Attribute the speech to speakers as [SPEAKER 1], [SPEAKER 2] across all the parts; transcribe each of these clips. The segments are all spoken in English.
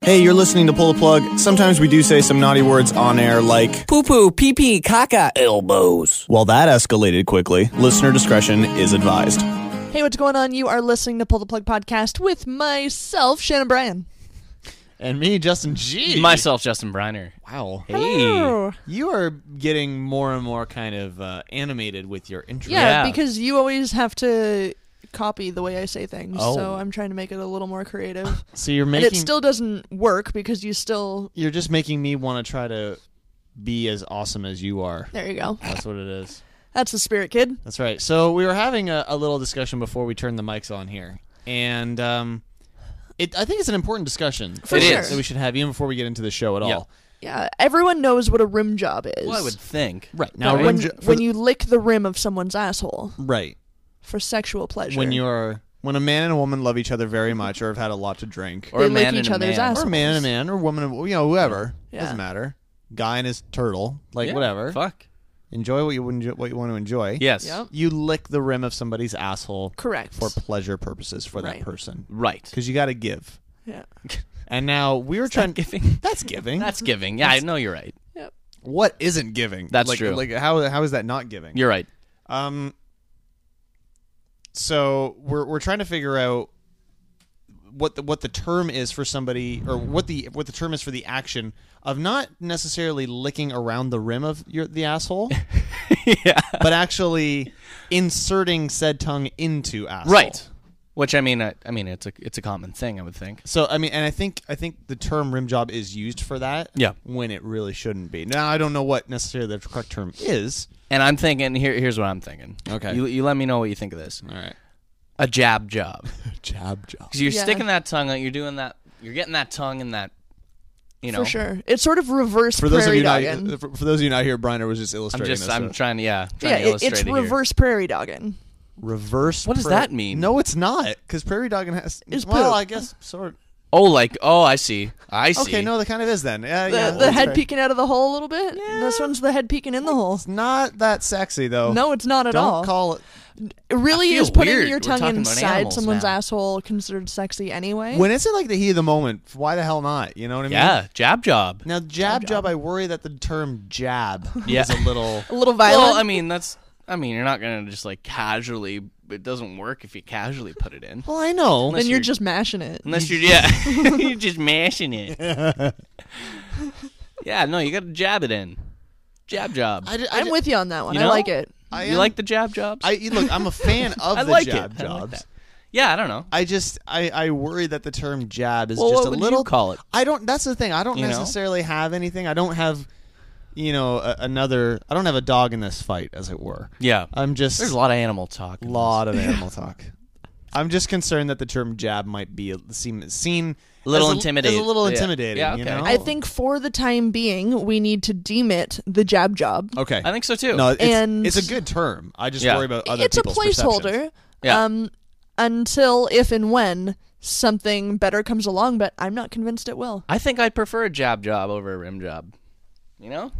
[SPEAKER 1] Hey, you're listening to Pull the Plug. Sometimes we do say some naughty words on air like,
[SPEAKER 2] Poo poo, pee pee, caca, elbows.
[SPEAKER 1] well, that escalated quickly. Listener discretion is advised.
[SPEAKER 3] Hey, what's going on? You are listening to Pull the Plug Podcast with myself, Shannon Bryan.
[SPEAKER 1] And me, Justin G.
[SPEAKER 4] Myself, Justin Briner.
[SPEAKER 1] Wow.
[SPEAKER 4] Hey.
[SPEAKER 1] You are getting more and more kind of uh, animated with your intro.
[SPEAKER 3] Yeah,
[SPEAKER 4] Yeah.
[SPEAKER 3] because you always have to copy the way I say things, so
[SPEAKER 1] Oh.
[SPEAKER 3] I'm trying to make it a little more creative.
[SPEAKER 1] So you're
[SPEAKER 3] and
[SPEAKER 1] making.
[SPEAKER 3] it still doesn't work because you still.
[SPEAKER 1] you're just making me want to try to be as awesome as you are.
[SPEAKER 3] There you go.
[SPEAKER 1] That's what it is.
[SPEAKER 3] That's the spirit, kid.
[SPEAKER 1] That's right. So we were having a, a little discussion before we turned the mics on here, and um, it, I think it's an important discussion.
[SPEAKER 3] For
[SPEAKER 1] that-
[SPEAKER 4] sure.
[SPEAKER 1] that we should have even before we get into the show at
[SPEAKER 4] Yeah.
[SPEAKER 1] all.
[SPEAKER 3] Yeah, everyone knows what a rim job is.
[SPEAKER 4] Well, I would think.
[SPEAKER 1] Right now,
[SPEAKER 3] But
[SPEAKER 1] rim
[SPEAKER 3] when,
[SPEAKER 1] jo- for
[SPEAKER 3] when
[SPEAKER 1] the-
[SPEAKER 3] you lick the rim of someone's asshole
[SPEAKER 1] right
[SPEAKER 3] for sexual pleasure,
[SPEAKER 1] when you're when a man and a woman love each other very much, or have had a lot to drink,
[SPEAKER 4] Or
[SPEAKER 3] They
[SPEAKER 4] a
[SPEAKER 3] lick
[SPEAKER 4] man
[SPEAKER 3] each
[SPEAKER 4] and a
[SPEAKER 3] other's
[SPEAKER 4] man.
[SPEAKER 3] ass.
[SPEAKER 1] or a man and a man, or a woman, and- you know, whoever
[SPEAKER 3] Yeah.
[SPEAKER 1] doesn't matter. Guy and his turtle, like
[SPEAKER 4] Yeah,
[SPEAKER 1] whatever.
[SPEAKER 4] Fuck.
[SPEAKER 1] Enjoy what you enjoy, what you want to enjoy.
[SPEAKER 4] Yes.
[SPEAKER 3] Yep.
[SPEAKER 1] you lick the rim of somebody's asshole
[SPEAKER 3] correct.
[SPEAKER 1] for pleasure purposes for
[SPEAKER 3] Right.
[SPEAKER 1] that person
[SPEAKER 4] Right.
[SPEAKER 1] because you got to give.
[SPEAKER 3] yeah.
[SPEAKER 1] And now we were trying.
[SPEAKER 4] giving?
[SPEAKER 1] That's giving.
[SPEAKER 4] That's giving. Yeah, I know you're right.
[SPEAKER 3] Yep.
[SPEAKER 1] what isn't giving.
[SPEAKER 4] That's
[SPEAKER 1] like,
[SPEAKER 4] true.
[SPEAKER 1] Like how how is that not giving?
[SPEAKER 4] You're right.
[SPEAKER 1] um. So we're we're trying to figure out what the what the term is for somebody or what the what the term is for the action of not necessarily licking around the rim of your the asshole,
[SPEAKER 4] yeah.
[SPEAKER 1] but actually inserting said tongue into asshole.
[SPEAKER 4] Right. Which I mean, I, I mean, it's a it's a common thing, I would think.
[SPEAKER 1] So I mean, and I think I think the term rim job is used for that.
[SPEAKER 4] Yeah.
[SPEAKER 1] When it really shouldn't be. Now I don't know what necessarily the correct term is.
[SPEAKER 4] And I'm thinking here. Here's what I'm thinking.
[SPEAKER 1] Okay.
[SPEAKER 4] You, you let me know what you think of this.
[SPEAKER 1] All right.
[SPEAKER 4] A jab job.
[SPEAKER 1] Jab job.
[SPEAKER 4] Because you're
[SPEAKER 3] Yeah.
[SPEAKER 4] sticking that tongue out. You're doing that. You're getting that tongue in that. You know.
[SPEAKER 3] For sure. It's sort of reverse
[SPEAKER 1] For those of
[SPEAKER 3] prairie
[SPEAKER 1] you not
[SPEAKER 3] dogging.
[SPEAKER 1] for, for those of you not here, Briner was just
[SPEAKER 4] I'm
[SPEAKER 1] illustrating
[SPEAKER 4] just.
[SPEAKER 1] this.
[SPEAKER 4] I'm trying to. Yeah. Trying
[SPEAKER 3] yeah,
[SPEAKER 4] to
[SPEAKER 3] it,
[SPEAKER 4] illustrate
[SPEAKER 3] it's
[SPEAKER 4] it here.
[SPEAKER 3] reverse prairie dogging.
[SPEAKER 1] reverse.
[SPEAKER 4] What does
[SPEAKER 1] pra-
[SPEAKER 4] that mean?
[SPEAKER 1] No, it's not. Because prairie dogging has
[SPEAKER 3] Is
[SPEAKER 1] well,
[SPEAKER 3] poop.
[SPEAKER 1] I guess sort.
[SPEAKER 4] Oh, like. Oh, I see. I see.
[SPEAKER 1] Okay, no, that kind of is then. Yeah,
[SPEAKER 3] The,
[SPEAKER 1] yeah,
[SPEAKER 3] the
[SPEAKER 1] that's
[SPEAKER 3] head
[SPEAKER 1] fair.
[SPEAKER 3] peeking out of the hole a little bit. and This one's the head peeking in the hole.
[SPEAKER 1] It's not that sexy though.
[SPEAKER 3] No, it's not at
[SPEAKER 1] don't
[SPEAKER 3] all.
[SPEAKER 1] call it.
[SPEAKER 3] it really
[SPEAKER 4] I feel
[SPEAKER 3] is putting
[SPEAKER 4] weird.
[SPEAKER 3] your
[SPEAKER 4] We're
[SPEAKER 3] tongue
[SPEAKER 4] talking about
[SPEAKER 3] inside
[SPEAKER 4] animals
[SPEAKER 3] someone's
[SPEAKER 4] now.
[SPEAKER 3] asshole considered sexy anyway.
[SPEAKER 1] When it's in like the heat of the moment, why the hell not? You know what I mean?
[SPEAKER 4] Yeah. Jab job.
[SPEAKER 1] Now jab job, I worry that the term jab
[SPEAKER 4] Yeah.
[SPEAKER 1] is a little.
[SPEAKER 3] a little violent.
[SPEAKER 4] Well, I mean, that's. I mean, you're not gonna just like casually. It doesn't work if you casually put it in.
[SPEAKER 1] well, I know.
[SPEAKER 3] then you're
[SPEAKER 4] you're-
[SPEAKER 3] just mashing it.
[SPEAKER 4] Unless you're yeah, you're just mashing it. yeah, no, you got to jab it in. Jab job.
[SPEAKER 1] I, d- I
[SPEAKER 3] I'm
[SPEAKER 1] d-
[SPEAKER 3] with you on that one.
[SPEAKER 4] You
[SPEAKER 3] I
[SPEAKER 4] know?
[SPEAKER 3] like it.
[SPEAKER 1] I
[SPEAKER 4] you
[SPEAKER 1] am-
[SPEAKER 4] like the jab jobs?
[SPEAKER 1] I look. I'm a fan of
[SPEAKER 4] I
[SPEAKER 1] the
[SPEAKER 4] like
[SPEAKER 1] jab
[SPEAKER 4] it. I like
[SPEAKER 1] jobs.
[SPEAKER 4] that. yeah, I don't know.
[SPEAKER 1] I just I, I worry that the term jab is
[SPEAKER 4] Well,
[SPEAKER 1] just
[SPEAKER 4] what would
[SPEAKER 1] a
[SPEAKER 4] you
[SPEAKER 1] little
[SPEAKER 4] call it?
[SPEAKER 1] I don't. That's the thing. I don't
[SPEAKER 4] You know?
[SPEAKER 1] necessarily have anything. I don't have, you know, a, another. I don't have a dog in this fight, as it were.
[SPEAKER 4] Yeah,
[SPEAKER 1] I'm just
[SPEAKER 4] there's a lot of animal talk. in
[SPEAKER 1] lot of animal talk. I'm just concerned that the term jab might be a- seem seen
[SPEAKER 4] A little
[SPEAKER 1] as
[SPEAKER 4] intimidating.
[SPEAKER 1] as a little
[SPEAKER 4] Yeah.
[SPEAKER 1] intimidating.
[SPEAKER 4] Yeah,
[SPEAKER 1] you
[SPEAKER 4] okay.
[SPEAKER 1] know?
[SPEAKER 3] I think for the time being, we need to deem it the jab job.
[SPEAKER 1] okay.
[SPEAKER 4] this. I think so too.
[SPEAKER 1] no, it's,
[SPEAKER 3] And-
[SPEAKER 1] it's a good term. I just
[SPEAKER 4] Yeah.
[SPEAKER 1] worry about other
[SPEAKER 3] it's a
[SPEAKER 1] people's perceptions.
[SPEAKER 3] placeholder.
[SPEAKER 4] Yeah.
[SPEAKER 3] Um, until if and when something better comes along, but I'm not convinced it will.
[SPEAKER 4] I think I'd prefer a jab job over a rim job. You know,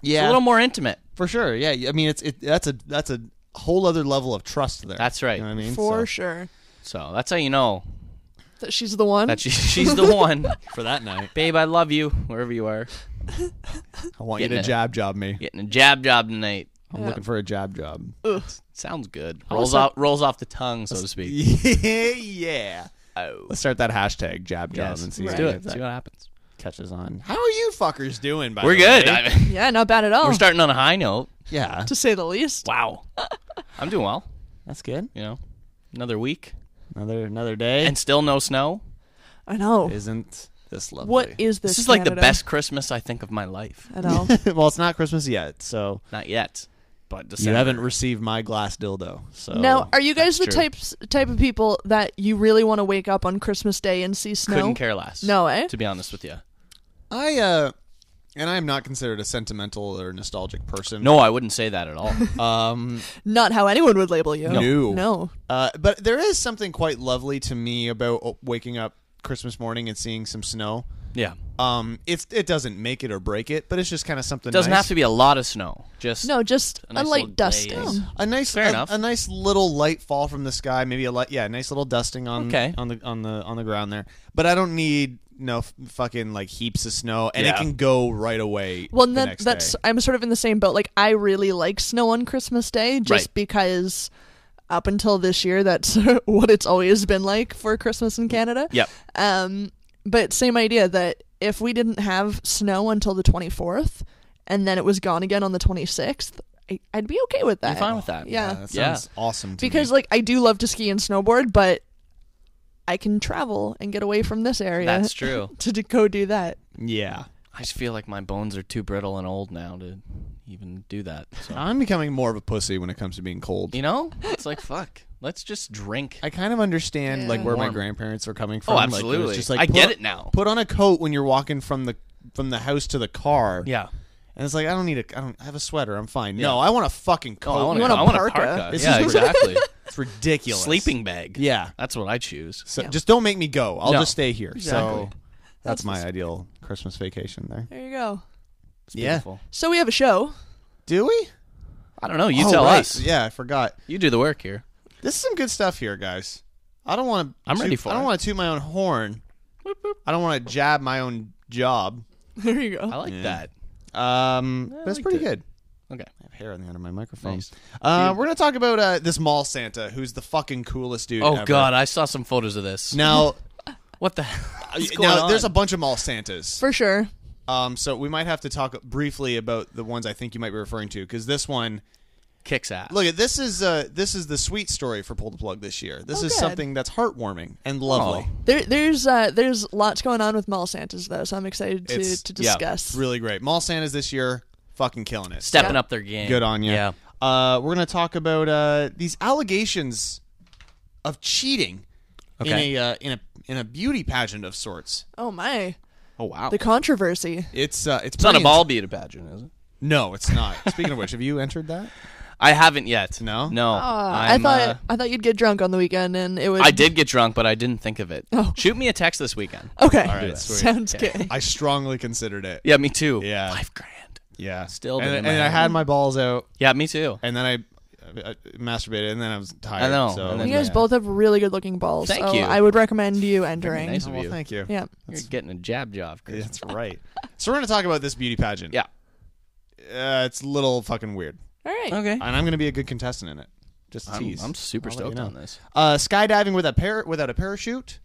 [SPEAKER 1] Yeah,
[SPEAKER 4] a little more intimate.
[SPEAKER 1] for sure. Yeah, I mean, it's it, that's a that's a whole other level of trust there.
[SPEAKER 4] That's right.
[SPEAKER 1] You know what I mean,
[SPEAKER 3] For
[SPEAKER 1] So-
[SPEAKER 3] sure.
[SPEAKER 4] So that's how you know
[SPEAKER 3] That she's the one.
[SPEAKER 4] that she, she's the one.
[SPEAKER 1] for that night.
[SPEAKER 4] Babe, I love you wherever you are.
[SPEAKER 1] I want you
[SPEAKER 4] Getting
[SPEAKER 1] to
[SPEAKER 4] it.
[SPEAKER 1] jab job me.
[SPEAKER 4] Getting a jab job tonight.
[SPEAKER 1] I'm
[SPEAKER 3] Yeah.
[SPEAKER 1] looking for a jab job.
[SPEAKER 4] Sounds good. Rolls off rolls off the tongue, so to speak.
[SPEAKER 1] yeah.
[SPEAKER 4] Oh.
[SPEAKER 1] Let's start that hashtag jab job
[SPEAKER 4] Yes.
[SPEAKER 1] and see
[SPEAKER 4] Let's
[SPEAKER 1] if
[SPEAKER 4] do
[SPEAKER 1] any
[SPEAKER 4] it.
[SPEAKER 1] of that
[SPEAKER 4] See what happens.
[SPEAKER 1] catches on. How are you fuckers doing? By
[SPEAKER 4] We're
[SPEAKER 1] the
[SPEAKER 4] good.
[SPEAKER 1] way?
[SPEAKER 4] I-
[SPEAKER 3] yeah, not bad at all.
[SPEAKER 4] We're starting on a high note.
[SPEAKER 1] yeah,
[SPEAKER 3] to say the least.
[SPEAKER 4] Wow. I'm doing well,
[SPEAKER 1] that's good.
[SPEAKER 4] you know. Another week
[SPEAKER 1] Another another day.
[SPEAKER 4] and still no snow.
[SPEAKER 3] I know.
[SPEAKER 1] isn't this lovely?
[SPEAKER 3] What is this?
[SPEAKER 4] This is like the
[SPEAKER 3] Canada?
[SPEAKER 4] best Christmas I think of my life.
[SPEAKER 3] at all.
[SPEAKER 1] well, it's not Christmas yet, so
[SPEAKER 4] Not yet, but December.
[SPEAKER 1] you haven't received my glass dildo. So
[SPEAKER 3] now, are you guys the
[SPEAKER 4] Oh, That's true.
[SPEAKER 3] types type of people that you really want to wake up on Christmas Day and see snow?
[SPEAKER 4] couldn't care less.
[SPEAKER 3] No, eh?
[SPEAKER 4] To be honest with you.
[SPEAKER 1] Mm. I uh, and I am not considered a sentimental or nostalgic person.
[SPEAKER 4] No, I wouldn't say that at all.
[SPEAKER 1] um,
[SPEAKER 3] Not how anyone would label you.
[SPEAKER 1] No.
[SPEAKER 3] No.
[SPEAKER 1] Uh, but there is something quite lovely to me about oh, waking up Christmas morning and seeing some snow.
[SPEAKER 4] yeah.
[SPEAKER 1] Um, it's it doesn't make it or break it, but it's just kind of something.
[SPEAKER 4] Doesn't
[SPEAKER 1] nice.
[SPEAKER 4] have to be a lot of snow. Just
[SPEAKER 3] No, just
[SPEAKER 4] A
[SPEAKER 3] a,
[SPEAKER 4] nice
[SPEAKER 3] light
[SPEAKER 4] little glaze.
[SPEAKER 3] dusting.
[SPEAKER 1] a nice,
[SPEAKER 4] Fair
[SPEAKER 1] a,
[SPEAKER 4] enough.
[SPEAKER 1] a nice little light fall from the sky, maybe a light, yeah, a nice little dusting on
[SPEAKER 4] Okay.
[SPEAKER 1] on the on the on the ground there. But I don't need no f- fucking like heaps of snow, and it
[SPEAKER 4] Yeah.
[SPEAKER 1] can go right away.
[SPEAKER 3] Well,
[SPEAKER 1] the
[SPEAKER 3] and that,
[SPEAKER 1] next
[SPEAKER 3] that's
[SPEAKER 1] day.
[SPEAKER 3] I'm sort of in the same boat. Like I really like snow on Christmas Day just
[SPEAKER 4] Right.
[SPEAKER 3] because up until this year that's what it's always been like for Christmas
[SPEAKER 4] Mm.
[SPEAKER 3] in Canada.
[SPEAKER 4] Yep.
[SPEAKER 3] Um but same idea that if we didn't have snow until the 24th and then it was gone again on the 26th, I, I'd be okay with that.
[SPEAKER 4] I'm fine with that.
[SPEAKER 3] Uh, Yeah.
[SPEAKER 1] Uh, that
[SPEAKER 4] Yeah.
[SPEAKER 1] sounds awesome. To
[SPEAKER 3] because
[SPEAKER 1] me.
[SPEAKER 3] like I do love to ski and snowboard, but I can travel and get away from this area
[SPEAKER 4] That's true.
[SPEAKER 3] to, to go do that.
[SPEAKER 1] yeah,
[SPEAKER 4] I just feel like my bones are too brittle and old now to even do that. So,
[SPEAKER 1] I'm becoming more of a pussy when it comes to being cold.
[SPEAKER 4] you know, it's like fuck. Let's just drink.
[SPEAKER 1] I kind of understand like where my
[SPEAKER 4] Warm.
[SPEAKER 1] grandparents are coming from.
[SPEAKER 4] oh,
[SPEAKER 1] Like, it was
[SPEAKER 4] absolutely.
[SPEAKER 1] just like
[SPEAKER 4] I
[SPEAKER 1] put
[SPEAKER 4] get
[SPEAKER 1] on-
[SPEAKER 4] it now.
[SPEAKER 1] Put on a coat when you're walking from the from the house to the car.
[SPEAKER 4] yeah.
[SPEAKER 1] and it's like I don't need a. I don't I have a sweater. I'm fine. No,
[SPEAKER 4] Yeah.
[SPEAKER 1] I want a fucking
[SPEAKER 4] Oh,
[SPEAKER 1] coat.
[SPEAKER 4] I want,
[SPEAKER 3] you
[SPEAKER 4] a,
[SPEAKER 3] want a
[SPEAKER 4] I want a
[SPEAKER 3] parka.
[SPEAKER 4] parka.
[SPEAKER 1] This
[SPEAKER 4] yeah,
[SPEAKER 1] is-
[SPEAKER 4] exactly.
[SPEAKER 1] it's ridiculous.
[SPEAKER 4] Sleeping bag.
[SPEAKER 1] Yeah.
[SPEAKER 4] That's what I choose.
[SPEAKER 1] So
[SPEAKER 3] Yeah.
[SPEAKER 1] just don't make me go. I'll
[SPEAKER 4] No.
[SPEAKER 1] just stay here. So
[SPEAKER 4] Exactly.
[SPEAKER 1] that's
[SPEAKER 3] That's
[SPEAKER 1] my
[SPEAKER 3] what's-
[SPEAKER 1] ideal Christmas vacation there.
[SPEAKER 3] There you go.
[SPEAKER 4] It's
[SPEAKER 1] Yeah.
[SPEAKER 4] beautiful.
[SPEAKER 3] So we have a show.
[SPEAKER 1] Do we?
[SPEAKER 4] I don't know. You
[SPEAKER 1] Oh,
[SPEAKER 4] tell
[SPEAKER 1] right.
[SPEAKER 4] us.
[SPEAKER 1] Yeah, I forgot.
[SPEAKER 4] You do the work here.
[SPEAKER 1] This is some good stuff here, guys. I don't want to.
[SPEAKER 4] I'm ready for
[SPEAKER 1] I don't
[SPEAKER 4] it.
[SPEAKER 1] want to toot my own horn. I don't want to jab my own job.
[SPEAKER 3] There you go.
[SPEAKER 4] I like
[SPEAKER 1] Yeah.
[SPEAKER 4] that.
[SPEAKER 1] Um, that's
[SPEAKER 4] liked
[SPEAKER 1] pretty
[SPEAKER 4] it.
[SPEAKER 1] good.
[SPEAKER 4] Okay.
[SPEAKER 1] I have hair on the end of my microphone.
[SPEAKER 4] Nice.
[SPEAKER 1] Uh, we're gonna talk about uh, this mall Santa, who's the fucking coolest dude.
[SPEAKER 4] Oh
[SPEAKER 1] ever.
[SPEAKER 4] God, I saw some photos of this.
[SPEAKER 1] Now,
[SPEAKER 4] What the? hell is going
[SPEAKER 1] now
[SPEAKER 4] on?
[SPEAKER 1] there's a bunch of mall Santas.
[SPEAKER 3] For sure.
[SPEAKER 1] Um, so we might have to talk briefly about the ones I think you might be referring to because this one,
[SPEAKER 4] kicks ass.
[SPEAKER 1] look, this is uh, this is the sweet story for pull the plug this year. This
[SPEAKER 3] Oh,
[SPEAKER 1] is
[SPEAKER 3] good.
[SPEAKER 1] something that's heartwarming and lovely,
[SPEAKER 4] Oh.
[SPEAKER 3] There, there's uh, there's lots going on with mall Santas though, so I'm excited
[SPEAKER 1] It's-
[SPEAKER 3] to, to
[SPEAKER 4] yeah,
[SPEAKER 3] discuss.
[SPEAKER 1] really great. Mall Santas this year, fucking killing it.
[SPEAKER 4] stepping
[SPEAKER 3] Yeah.
[SPEAKER 4] up their game.
[SPEAKER 1] Good on you.
[SPEAKER 4] Yeah.
[SPEAKER 1] Uh, we're gonna talk about uh, these allegations of cheating in
[SPEAKER 4] Okay.
[SPEAKER 1] a uh, in a in a beauty pageant of sorts.
[SPEAKER 3] oh my,
[SPEAKER 4] Oh wow.
[SPEAKER 3] the controversy.
[SPEAKER 1] It's uh, it's,
[SPEAKER 4] it's not a
[SPEAKER 1] pretty
[SPEAKER 4] ball
[SPEAKER 1] ins-
[SPEAKER 4] beat pageant, is it?
[SPEAKER 1] no, it's not. Speaking of which, have you entered that?
[SPEAKER 4] I haven't yet.
[SPEAKER 1] No?
[SPEAKER 4] No.
[SPEAKER 3] Uh, I
[SPEAKER 4] I'm,
[SPEAKER 3] thought
[SPEAKER 4] uh,
[SPEAKER 3] I thought you'd get drunk on the weekend, and it was.
[SPEAKER 4] I did get drunk, but I didn't think of it.
[SPEAKER 3] Oh.
[SPEAKER 4] Shoot me a text this weekend.
[SPEAKER 3] Okay,
[SPEAKER 1] right, Do that. sweet.
[SPEAKER 3] sounds good.
[SPEAKER 1] I strongly considered it.
[SPEAKER 4] Yeah, me too.
[SPEAKER 1] Yeah.
[SPEAKER 4] Five grand.
[SPEAKER 1] Yeah,
[SPEAKER 4] Still
[SPEAKER 1] And,
[SPEAKER 4] been in
[SPEAKER 1] and
[SPEAKER 4] my
[SPEAKER 1] I
[SPEAKER 4] head.
[SPEAKER 1] had my balls out.
[SPEAKER 4] Yeah, me too.
[SPEAKER 1] and then I, I masturbated, and then I was tired.
[SPEAKER 4] I know,
[SPEAKER 1] So
[SPEAKER 4] and
[SPEAKER 3] You
[SPEAKER 4] then-
[SPEAKER 3] guys
[SPEAKER 4] Yeah.
[SPEAKER 3] both have really good looking balls.
[SPEAKER 4] Thank
[SPEAKER 3] so
[SPEAKER 4] you.
[SPEAKER 3] I would recommend you entering.
[SPEAKER 4] nice of
[SPEAKER 1] well,
[SPEAKER 4] you.
[SPEAKER 1] thank you.
[SPEAKER 3] Yeah.
[SPEAKER 4] You're getting a jab job, Chris.
[SPEAKER 1] that's right. So we're gonna talk about this beauty pageant.
[SPEAKER 4] Yeah.
[SPEAKER 1] uh, it's a little fucking weird,
[SPEAKER 3] All right.
[SPEAKER 4] Okay.
[SPEAKER 1] and I'm gonna be a good contestant in it. Just a
[SPEAKER 4] I'm,
[SPEAKER 1] tease.
[SPEAKER 4] I'm super
[SPEAKER 1] I'll let you
[SPEAKER 4] stoked
[SPEAKER 1] know.
[SPEAKER 4] on this.
[SPEAKER 1] Uh, skydiving with a par- without a parachute.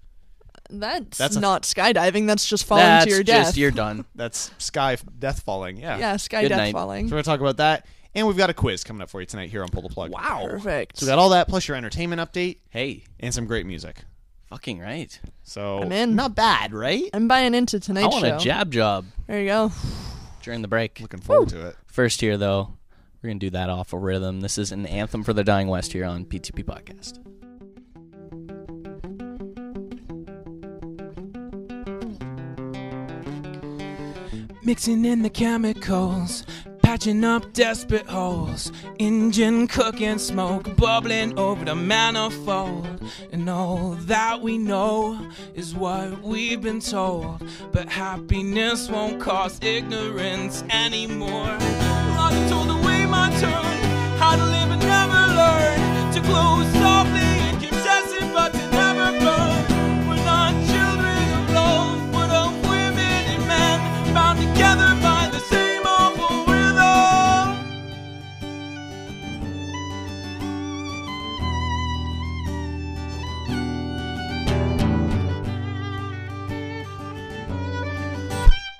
[SPEAKER 3] That's,
[SPEAKER 1] That's a-
[SPEAKER 3] not skydiving. That's just falling
[SPEAKER 4] That's
[SPEAKER 3] to your death.
[SPEAKER 4] just you're done.
[SPEAKER 1] That's sky f- death falling. Yeah.
[SPEAKER 3] yeah, sky
[SPEAKER 4] Good
[SPEAKER 3] death
[SPEAKER 4] night.
[SPEAKER 1] So
[SPEAKER 3] falling.
[SPEAKER 1] we're gonna talk about that, and we've got a quiz coming up for you tonight here on Pull the Plug.
[SPEAKER 4] Wow.
[SPEAKER 3] Perfect.
[SPEAKER 1] So we got all that plus your entertainment update
[SPEAKER 4] Hey,
[SPEAKER 1] and some great music.
[SPEAKER 4] fucking right.
[SPEAKER 1] So
[SPEAKER 3] I'm in.
[SPEAKER 1] Not bad, right?
[SPEAKER 3] I'm buying into
[SPEAKER 4] I
[SPEAKER 3] tonight's
[SPEAKER 4] want
[SPEAKER 3] show.
[SPEAKER 4] a jab job
[SPEAKER 3] There you go.
[SPEAKER 4] during the break.
[SPEAKER 1] Looking forward to it.
[SPEAKER 4] First here, though, we're going to do that off a rhythm. This is an anthem for the dying west here on PTP Podcast.
[SPEAKER 5] Mixing in the chemicals, patching up desperate holes. Engine cooking smoke, bubbling over the manifold. And all that we know is what we've been told. But happiness won't cause ignorance anymore. Well, I was told the way my turn, how to live and never learn. To close softly and keep testing, but to never burn. We're not children of love, but of women and men bound together by the same awful rhythm.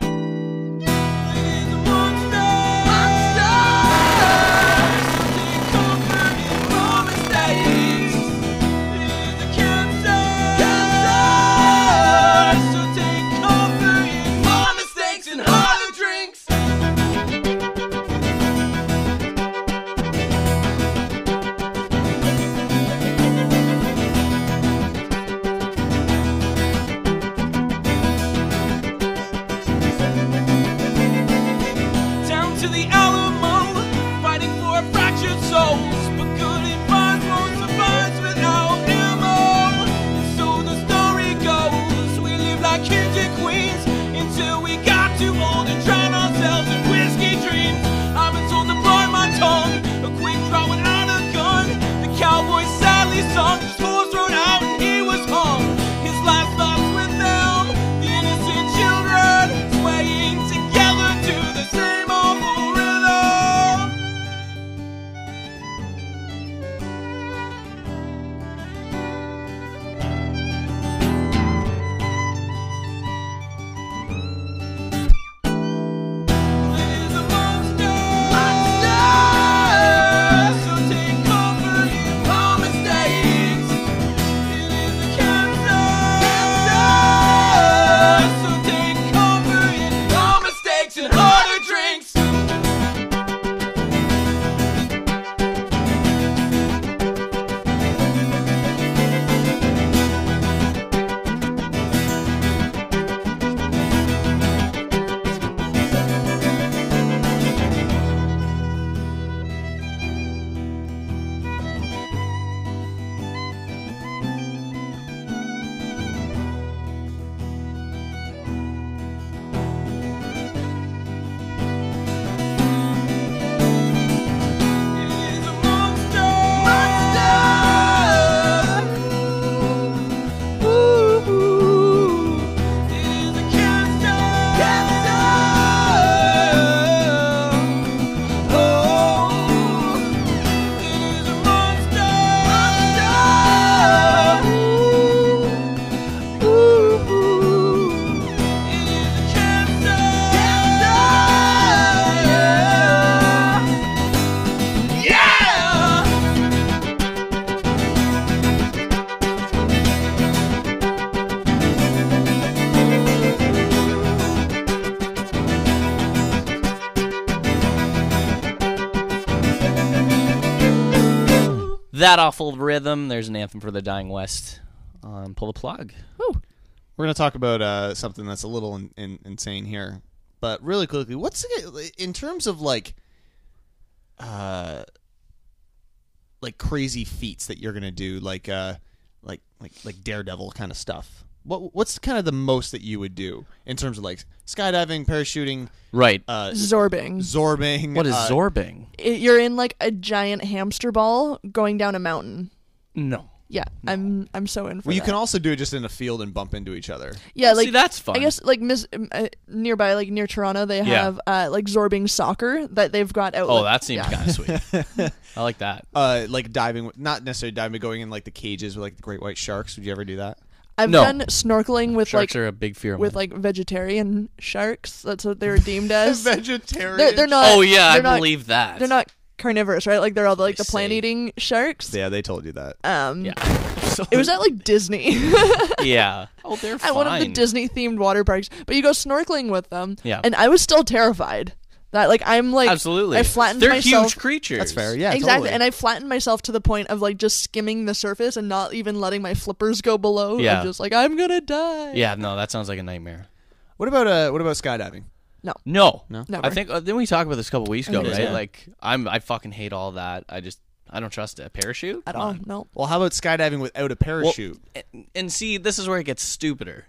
[SPEAKER 5] It is a wonder. Something comforting from a state.
[SPEAKER 4] that awful rhythm, there's an anthem for the dying west. Um, pull the plug.
[SPEAKER 3] Woo.
[SPEAKER 1] We're going to talk about uh, something that's a little in, in, insane here, but really quickly, what's the- in terms of like, uh, like crazy feats that you're going to do, like uh, like like like daredevil kind of stuff. What what's kind of the most that you would do in terms of like skydiving, parachuting,
[SPEAKER 4] Right.
[SPEAKER 1] uh,
[SPEAKER 3] Zorbing.
[SPEAKER 1] zorbing?
[SPEAKER 4] what is
[SPEAKER 1] uh,
[SPEAKER 4] zorbing?
[SPEAKER 3] It- you're in like a giant hamster ball going down a mountain.
[SPEAKER 4] No.
[SPEAKER 3] Yeah, I'm I'm so in for
[SPEAKER 1] Well, you
[SPEAKER 3] that.
[SPEAKER 1] can also do it just in a field and bump into each other.
[SPEAKER 3] yeah, like
[SPEAKER 4] See, that's fun.
[SPEAKER 3] I guess like mis- um, uh, nearby, like near Toronto, they
[SPEAKER 4] Yeah.
[SPEAKER 3] have uh, like Zorbing soccer that they've got out.
[SPEAKER 4] Oh,
[SPEAKER 3] like-
[SPEAKER 4] that seems
[SPEAKER 3] yeah.
[SPEAKER 4] kind of sweet. I like that.
[SPEAKER 1] Uh, like diving, not necessarily diving, but going in like the cages with like the great white sharks. Would you ever do that?
[SPEAKER 3] I've
[SPEAKER 4] No.
[SPEAKER 3] done snorkeling with
[SPEAKER 4] Sharks
[SPEAKER 3] like
[SPEAKER 4] are a big fear of
[SPEAKER 3] with
[SPEAKER 4] mine.
[SPEAKER 3] like vegetarian sharks. That's what they were deemed as.
[SPEAKER 1] Vegetarian.
[SPEAKER 3] they're, they're not.
[SPEAKER 4] oh yeah, I
[SPEAKER 3] they're not-
[SPEAKER 4] believe that.
[SPEAKER 3] They're not carnivorous, right? Like they're all the, like
[SPEAKER 4] They
[SPEAKER 3] the plant eating sharks.
[SPEAKER 1] Yeah, they told you that.
[SPEAKER 3] Um,
[SPEAKER 4] Yeah.
[SPEAKER 3] it was at like Disney.
[SPEAKER 4] yeah. Oh, they're
[SPEAKER 3] at one of the
[SPEAKER 4] fine.
[SPEAKER 3] Disney themed water parks, but you go snorkeling with them.
[SPEAKER 4] Yeah.
[SPEAKER 3] And I was still terrified. That like I'm like
[SPEAKER 4] Absolutely.
[SPEAKER 3] I flattened
[SPEAKER 4] They're
[SPEAKER 3] myself.
[SPEAKER 4] huge creatures.
[SPEAKER 1] That's fair. Yeah,
[SPEAKER 3] exactly.
[SPEAKER 1] Totally.
[SPEAKER 3] And I flattened myself to the point of like just skimming the surface and not even letting my flippers go below.
[SPEAKER 4] Yeah.
[SPEAKER 3] I'm just like I'm gonna die.
[SPEAKER 4] Yeah. No, that sounds like a nightmare.
[SPEAKER 1] What about uh? What about skydiving?
[SPEAKER 4] No.
[SPEAKER 1] No?
[SPEAKER 3] Never.
[SPEAKER 4] I think uh, then we talked about this a couple weeks ago,
[SPEAKER 3] think
[SPEAKER 4] right?
[SPEAKER 3] so.
[SPEAKER 4] Like I'm I fucking hate all that. I just I don't trust it. Parachute?
[SPEAKER 3] At
[SPEAKER 4] Come
[SPEAKER 3] all.
[SPEAKER 4] on.
[SPEAKER 3] No.
[SPEAKER 1] Well, how about skydiving without a parachute?
[SPEAKER 4] And, and see, this is where it gets stupider.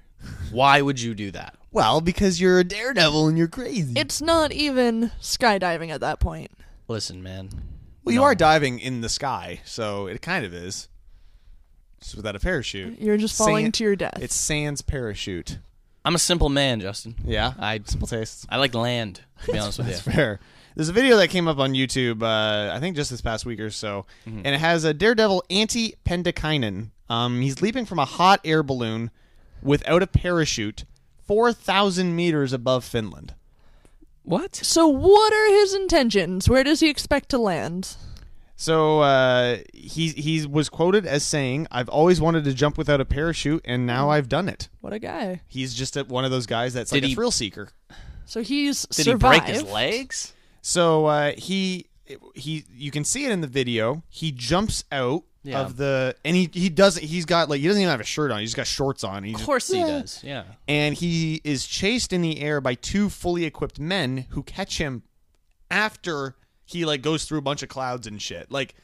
[SPEAKER 4] Why would you do that?
[SPEAKER 1] Well, because you're a daredevil and you're crazy.
[SPEAKER 3] It's not even skydiving at that point.
[SPEAKER 4] Listen, man.
[SPEAKER 1] well, you
[SPEAKER 4] No.
[SPEAKER 1] are diving in the sky, so it kind of is. Just without a parachute,
[SPEAKER 3] You're just falling
[SPEAKER 1] Sand-
[SPEAKER 3] to your death.
[SPEAKER 1] It's sans parachute.
[SPEAKER 4] I'm a simple man, Justin.
[SPEAKER 1] Yeah,
[SPEAKER 4] I
[SPEAKER 1] simple tastes.
[SPEAKER 4] I like land, to be honest with you.
[SPEAKER 1] That's fair. There's a video that came up on YouTube, uh, I think just this past week or so,
[SPEAKER 4] Mm-hmm.
[SPEAKER 1] and it has a daredevil anti Pendakainen. Um, he's leaping from a hot air balloon without a parachute, four thousand meters above Finland.
[SPEAKER 4] What?
[SPEAKER 3] so what are his intentions? Where does he expect to land?
[SPEAKER 1] So uh, he he was quoted as saying, "I've always wanted to jump without a parachute, and now I've done it."
[SPEAKER 3] What a guy.
[SPEAKER 1] He's just a, one of those guys that's
[SPEAKER 4] Mm. Did
[SPEAKER 1] like
[SPEAKER 4] he-
[SPEAKER 1] a thrill seeker.
[SPEAKER 3] So he's
[SPEAKER 4] Did
[SPEAKER 3] survived.
[SPEAKER 4] he break his legs?
[SPEAKER 1] So uh, he he you can see it in the video. He jumps out
[SPEAKER 4] Yeah.
[SPEAKER 1] of the and he he doesn't he's got like he doesn't even have a shirt on. He's got shorts on. He's
[SPEAKER 4] Of
[SPEAKER 1] just-
[SPEAKER 4] course he does. Yeah.
[SPEAKER 1] and he is chased in the air by two fully equipped men who catch him after he like goes through a bunch of clouds and shit. Like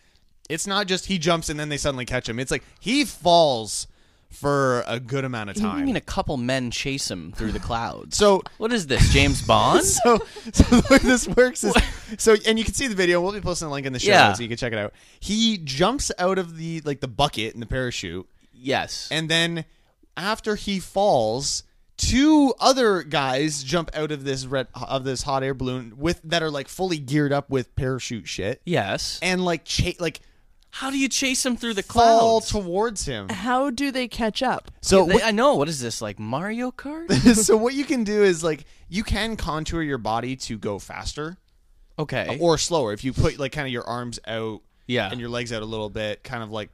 [SPEAKER 1] it's not just he jumps and then they suddenly catch him. It's like he falls for a good amount of
[SPEAKER 4] You
[SPEAKER 1] time.
[SPEAKER 4] mean a couple men chase him through the clouds?
[SPEAKER 1] so
[SPEAKER 4] what is this, James Bond?
[SPEAKER 1] so, so the way this works is so and you can see the video we'll be posting a link in the show
[SPEAKER 4] Yeah.
[SPEAKER 1] notes so you can check it out he jumps out of the like the bucket in the parachute
[SPEAKER 4] yes.
[SPEAKER 1] and then after he falls two other guys jump out of this red of this hot air balloon with that are like fully geared up with parachute shit
[SPEAKER 4] yes.
[SPEAKER 1] and like cha- like
[SPEAKER 4] How do you chase him through the
[SPEAKER 1] fall
[SPEAKER 4] clouds?
[SPEAKER 1] towards him
[SPEAKER 3] How do they catch up?
[SPEAKER 1] so
[SPEAKER 4] I know. What is this like Mario Kart?
[SPEAKER 1] what, so what you can do is like you can contour your body to go faster
[SPEAKER 4] Okay.
[SPEAKER 1] or slower if you put like kind of your arms out
[SPEAKER 4] Yeah.
[SPEAKER 1] Oh, and your legs out a little bit kind of like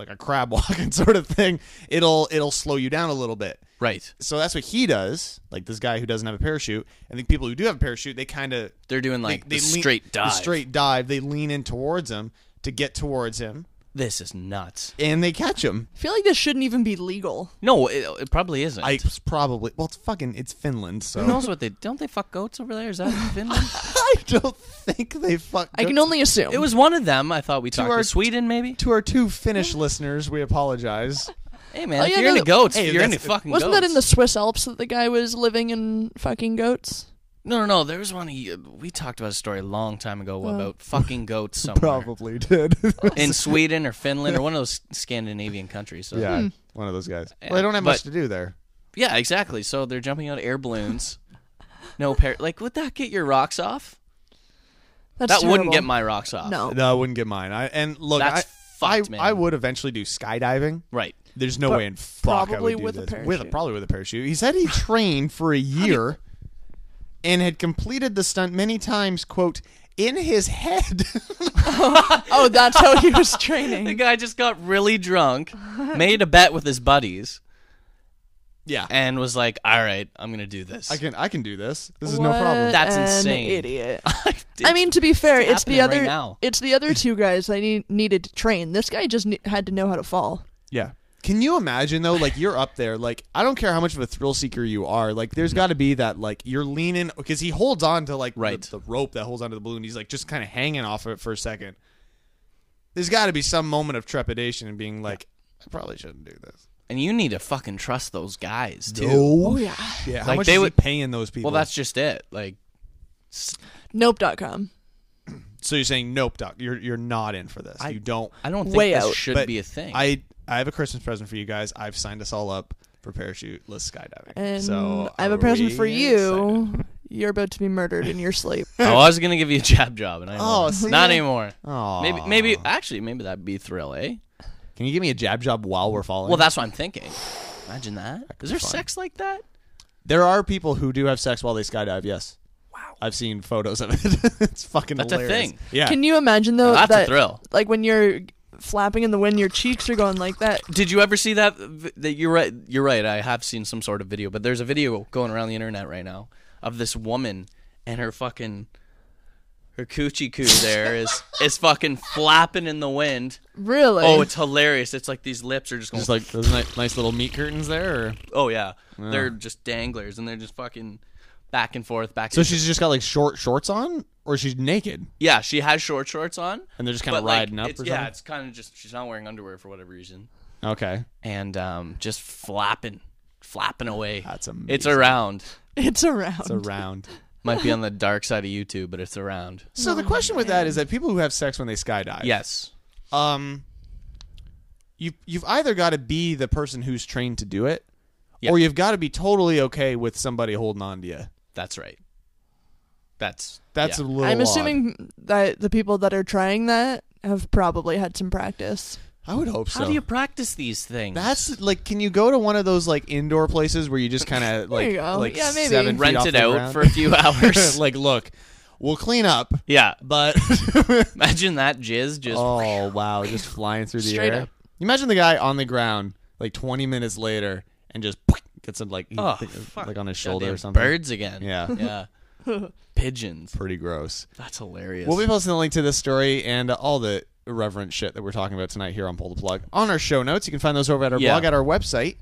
[SPEAKER 1] like a crab walking sort of thing it'll it'll slow you down a little bit
[SPEAKER 4] right.
[SPEAKER 1] so that's what he does like this guy who doesn't have a parachute and the people who do have a parachute they kind of
[SPEAKER 4] They're doing like
[SPEAKER 1] they,
[SPEAKER 4] the
[SPEAKER 1] lean-
[SPEAKER 4] straight
[SPEAKER 1] the
[SPEAKER 4] dive.
[SPEAKER 1] straight dive they lean in towards him to get towards him
[SPEAKER 4] This is nuts.
[SPEAKER 1] and they catch him
[SPEAKER 3] I feel like this shouldn't even be legal.
[SPEAKER 4] No, it, it probably isn't.
[SPEAKER 1] i probably well it's fucking it's finland so
[SPEAKER 4] Who knows what they don't they fuck goats over there? Is that in Finland?
[SPEAKER 1] i don't think they fuck
[SPEAKER 3] I can only assume.
[SPEAKER 4] it was one of them. I thought we talked
[SPEAKER 1] our-
[SPEAKER 4] to Sweden maybe.
[SPEAKER 1] to our two finnish listeners we apologize
[SPEAKER 4] Hey man,
[SPEAKER 3] Oh,
[SPEAKER 4] if
[SPEAKER 3] yeah,
[SPEAKER 4] you're
[SPEAKER 3] no,
[SPEAKER 4] into goats,
[SPEAKER 1] hey,
[SPEAKER 4] if you're into
[SPEAKER 1] that's-
[SPEAKER 4] fucking
[SPEAKER 3] Wasn't
[SPEAKER 4] goats.
[SPEAKER 3] that in the Swiss Alps that the guy was living in fucking goats?
[SPEAKER 4] No, no, no. There was one. He, uh, we talked about a story a long time ago about fucking goats somewhere
[SPEAKER 1] probably did
[SPEAKER 4] in Sweden or Finland or one of those Scandinavian countries. So.
[SPEAKER 1] Yeah,
[SPEAKER 3] Hmm.
[SPEAKER 1] one of those guys. Well, they don't have much to
[SPEAKER 4] But-
[SPEAKER 1] do there.
[SPEAKER 4] Yeah, exactly. So they're jumping out of air balloons. No par like would that get your rocks off?
[SPEAKER 3] That's
[SPEAKER 4] that
[SPEAKER 3] terrible.
[SPEAKER 4] wouldn't get my rocks off.
[SPEAKER 3] No.
[SPEAKER 1] No, I wouldn't get mine. I and look,
[SPEAKER 4] That's
[SPEAKER 1] I,
[SPEAKER 4] fucked,
[SPEAKER 1] I,
[SPEAKER 4] man.
[SPEAKER 1] I would eventually do skydiving.
[SPEAKER 4] Right.
[SPEAKER 1] There's no
[SPEAKER 3] But
[SPEAKER 1] way in fuck I
[SPEAKER 3] probably
[SPEAKER 1] would do
[SPEAKER 3] with a
[SPEAKER 1] this. With a,
[SPEAKER 3] parachute.
[SPEAKER 1] probably with a parachute. He said he trained for a year and had completed the stunt many times. Quote in his head.
[SPEAKER 3] Oh, that's how he was
[SPEAKER 4] The
[SPEAKER 3] training.
[SPEAKER 4] guy just got really drunk, made a bet with his buddies,
[SPEAKER 1] Yeah.
[SPEAKER 4] and was like, "All right, I'm gonna do this."
[SPEAKER 1] I can I can do this. This is
[SPEAKER 3] what
[SPEAKER 1] no problem.
[SPEAKER 4] That's
[SPEAKER 3] an
[SPEAKER 4] insane.
[SPEAKER 3] Idiot.
[SPEAKER 4] It's-
[SPEAKER 3] I mean, to be fair, it's the
[SPEAKER 4] happening
[SPEAKER 3] other
[SPEAKER 4] right now.
[SPEAKER 3] it's the other two guys that he needed to train. This guy just ne- had to know how to fall.
[SPEAKER 1] Yeah. Can you imagine though? Like you're up there. Like I don't care how much of a thrill seeker you are. Like there's got to be that like you're leaning because he holds on to like the-
[SPEAKER 4] Right.
[SPEAKER 1] the, rope that holds onto the balloon. He's like just kind of hanging off of it for a second. There's got to be some moment of trepidation and being like, I probably shouldn't do this.
[SPEAKER 4] and you need to fucking trust those guys too.
[SPEAKER 1] Oh
[SPEAKER 3] yeah.
[SPEAKER 1] yeah. How
[SPEAKER 4] Like,
[SPEAKER 1] much
[SPEAKER 4] they
[SPEAKER 1] is he
[SPEAKER 4] would-
[SPEAKER 1] paying those people?
[SPEAKER 4] Well, that's just it. Like,
[SPEAKER 3] Nope.com.
[SPEAKER 1] so you're saying nope, doc. You're you're not in for this.
[SPEAKER 4] I-
[SPEAKER 1] you don't.
[SPEAKER 4] I don't think
[SPEAKER 3] Way
[SPEAKER 4] this
[SPEAKER 3] out.
[SPEAKER 4] should
[SPEAKER 1] But
[SPEAKER 4] be a thing.
[SPEAKER 1] I I have a Christmas present for you guys. I've signed us all up for parachuteless skydiving.
[SPEAKER 3] And
[SPEAKER 1] so
[SPEAKER 3] I have a
[SPEAKER 1] are
[SPEAKER 3] present
[SPEAKER 1] we
[SPEAKER 3] for you.
[SPEAKER 1] excited?
[SPEAKER 3] You're about to be murdered in your sleep.
[SPEAKER 4] oh, I was gonna give you a jab job, and I
[SPEAKER 1] Oh,
[SPEAKER 4] won't.
[SPEAKER 1] see?
[SPEAKER 4] not anymore.
[SPEAKER 1] Aw.
[SPEAKER 4] Maybe, maybe actually, maybe that'd be thrill, eh?
[SPEAKER 1] Can you give me a jab job while we're falling?
[SPEAKER 4] Well, that's what I'm thinking. Imagine that. Is there
[SPEAKER 1] fun.
[SPEAKER 4] sex like that?
[SPEAKER 1] there are people who do have sex while they skydive. Yes. Wow. I've seen photos of it. it's fucking.
[SPEAKER 4] That's a
[SPEAKER 1] hilarious.
[SPEAKER 4] thing.
[SPEAKER 1] Yeah.
[SPEAKER 3] Can you imagine though?
[SPEAKER 4] That's
[SPEAKER 3] that,
[SPEAKER 4] a thrill.
[SPEAKER 3] Like when you're flapping in the wind, your cheeks are going like that.
[SPEAKER 4] Did you ever see that? v- That you're right. You're right. I have seen some sort of video, but there's a video going around the internet right now of this woman and her fucking her coochie coo there is is fucking flapping in the wind.
[SPEAKER 3] Really?
[SPEAKER 4] Oh, it's hilarious. It's like these lips are just going.
[SPEAKER 1] Just like those nice, nice little meat curtains there. Or...
[SPEAKER 4] oh yeah, they're just danglers and they're just fucking back and forth, back.
[SPEAKER 1] So
[SPEAKER 4] and
[SPEAKER 1] she's just got like short shorts on, or she's naked.
[SPEAKER 4] yeah, she has short shorts on,
[SPEAKER 1] And they're just kinda
[SPEAKER 4] but, like,
[SPEAKER 1] riding up
[SPEAKER 4] it's-
[SPEAKER 1] or
[SPEAKER 4] yeah,
[SPEAKER 1] something?
[SPEAKER 4] it's kind of just she's not wearing underwear for whatever reason.
[SPEAKER 1] Okay.
[SPEAKER 4] and um, just flapping, flapping away.
[SPEAKER 1] That's amazing.
[SPEAKER 4] It's around.
[SPEAKER 3] It's around.
[SPEAKER 1] It's around.
[SPEAKER 4] Might be on the dark side of YouTube, but it's around.
[SPEAKER 1] So the question with that is that people who have sex when they skydive.
[SPEAKER 4] Yes.
[SPEAKER 1] um you you've either got to be the person who's trained to do it
[SPEAKER 4] Yeah.
[SPEAKER 1] or you've got to be totally okay with somebody holding on to you.
[SPEAKER 4] That's right. That's
[SPEAKER 1] That's
[SPEAKER 4] yeah.
[SPEAKER 1] a little
[SPEAKER 3] I'm
[SPEAKER 1] odd.
[SPEAKER 3] assuming that the people that are trying that have probably had some practice.
[SPEAKER 1] I would hope so.
[SPEAKER 4] How do you practice these things?
[SPEAKER 1] That's like can you go to one of those like indoor places where you just kind of like
[SPEAKER 3] you go.
[SPEAKER 1] like
[SPEAKER 3] Yeah, maybe.
[SPEAKER 1] seven feet
[SPEAKER 4] rent
[SPEAKER 1] off
[SPEAKER 4] it
[SPEAKER 1] the
[SPEAKER 4] out
[SPEAKER 1] ground?
[SPEAKER 4] for a few hours.
[SPEAKER 1] like look, we'll clean up,
[SPEAKER 4] yeah.
[SPEAKER 1] but
[SPEAKER 4] Imagine that jizz just
[SPEAKER 1] oh wow, just flying through the
[SPEAKER 3] Straight
[SPEAKER 1] air.
[SPEAKER 3] up.
[SPEAKER 1] You imagine the guy on the ground like 20 minutes later and just gets him like he-
[SPEAKER 4] Oh,
[SPEAKER 1] like on his
[SPEAKER 4] Goddamn
[SPEAKER 1] shoulder or something.
[SPEAKER 4] Birds again.
[SPEAKER 1] Yeah.
[SPEAKER 4] Yeah. Pigeons.
[SPEAKER 1] Pretty gross.
[SPEAKER 4] That's hilarious.
[SPEAKER 1] We'll be posting the link to this story and all the irreverent shit that we're talking about tonight here on Pull the Plug on our show notes. You can find those over at our
[SPEAKER 4] Yeah.
[SPEAKER 1] blog at our website.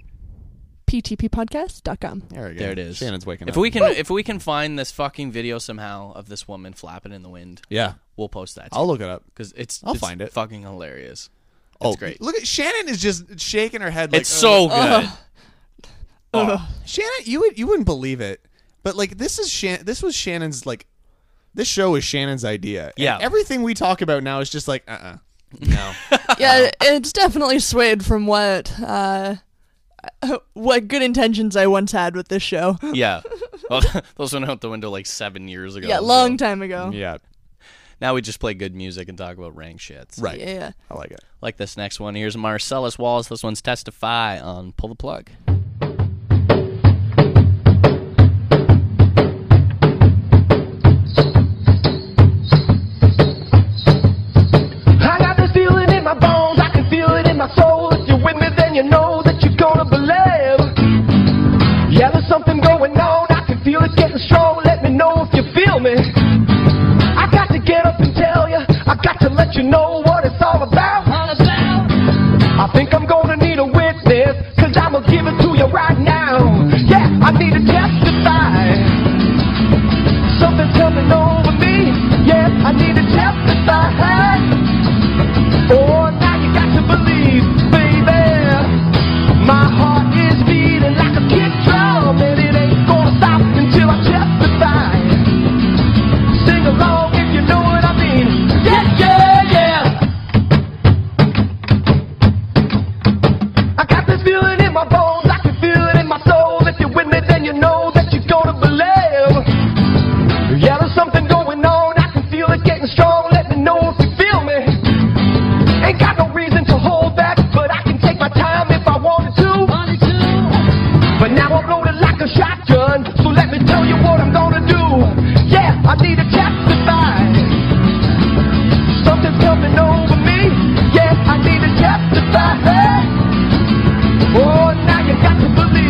[SPEAKER 3] PTPpodcast.com.
[SPEAKER 1] There, we go.
[SPEAKER 4] there it is.
[SPEAKER 1] Shannon's waking
[SPEAKER 4] if
[SPEAKER 1] up.
[SPEAKER 4] we can if we can find this fucking video somehow of this woman flapping in the wind,
[SPEAKER 1] yeah,
[SPEAKER 4] we'll post that.
[SPEAKER 1] I'll look it up.
[SPEAKER 4] because it's
[SPEAKER 1] I'll
[SPEAKER 4] it's
[SPEAKER 1] find it.
[SPEAKER 4] fucking hilarious.
[SPEAKER 1] Oh,
[SPEAKER 4] great.
[SPEAKER 1] Look at Shannon is just shaking her head. Like,
[SPEAKER 4] it's so
[SPEAKER 1] "Ugh."
[SPEAKER 3] uh,
[SPEAKER 4] good.
[SPEAKER 1] Oh. Shannon, you would you wouldn't believe it, but like this is Shan- This was Shannon's like. This show is Shannon's idea. And
[SPEAKER 4] Yeah.
[SPEAKER 1] everything we talk about now is just like uh uh
[SPEAKER 4] No.
[SPEAKER 3] Yeah, it's definitely swayed from what uh, what good intentions I once had with this show.
[SPEAKER 4] yeah. Well, those went out the window like seven years ago.
[SPEAKER 3] Yeah,
[SPEAKER 4] so
[SPEAKER 3] long time ago.
[SPEAKER 1] Yeah,
[SPEAKER 4] Now we just play good music and talk about rank shits.
[SPEAKER 1] right.
[SPEAKER 3] Yeah.
[SPEAKER 1] I like it.
[SPEAKER 4] Like this next one. Here's Marcellus Wallace. This one's Testify on Pull the Plug.
[SPEAKER 6] I got this feeling in my bones, I can feel it in my soul. If you're with me, then you know that you're gonna believe. Yeah, there's something going on, I can feel it getting strong. Let me know if you feel me. I got to get up and tell you, I got to let you know what it's all about. I think I'm gonna need a witness, cause I'ma give it to you right now. Yeah, I need to testify. Something's coming over me. Yes, I need to testify. Oh, now you got to believe, baby. My heart is beating like a kick drum, and it ain't gonna stop until I testify. Sing along if you know what I mean. Yeah, yeah, yeah. I got this feeling in my bones. I can feel it in my soul. If you're with me, then you know that you're gonna believe. Yeah, there's something going on. I can feel it getting strong. Let me know if you feel me. Ain't got no reason to hold back, but I can take my time if I wanted to. But now I'm loaded like a shotgun, so let me tell you what I'm gonna do. Yeah, I need to testify. Something's coming over me. Yes, I need to testify. Oh, now you got to believe.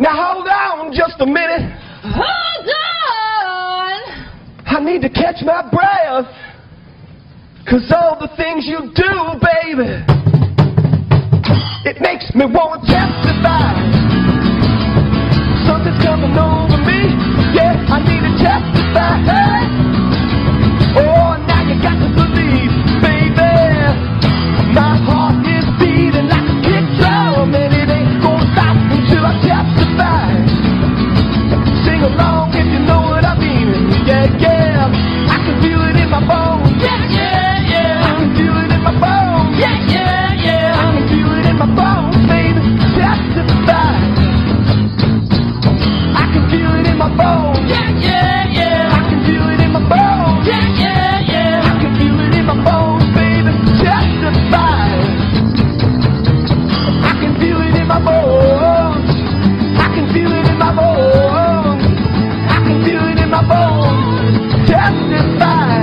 [SPEAKER 6] Now hold on just a minute.
[SPEAKER 7] Hold on!
[SPEAKER 6] I need to catch my breath. Cause all the things you do, baby, it makes me want to testify. Something's coming over me. Yeah, I need to testify. Hey. Oh, now you got to believe, baby. My heart is beating like a kick drum, and it ain't gonna stop until I testify. Sing along if you know what I mean. Yeah, yeah. I can feel it in my bones. Yeah, yeah, yeah. I can feel it in my bones. Yeah, yeah, yeah. I can feel it in my bones, baby. Testify. I can feel it in my bones. Yeah, yeah, yeah. I can feel it in my bones. Yeah, yeah, yeah. I can feel it in my bones, baby. Testify. I can feel it in my bones. I can feel it in my bones. I can feel it in my bones. Testify.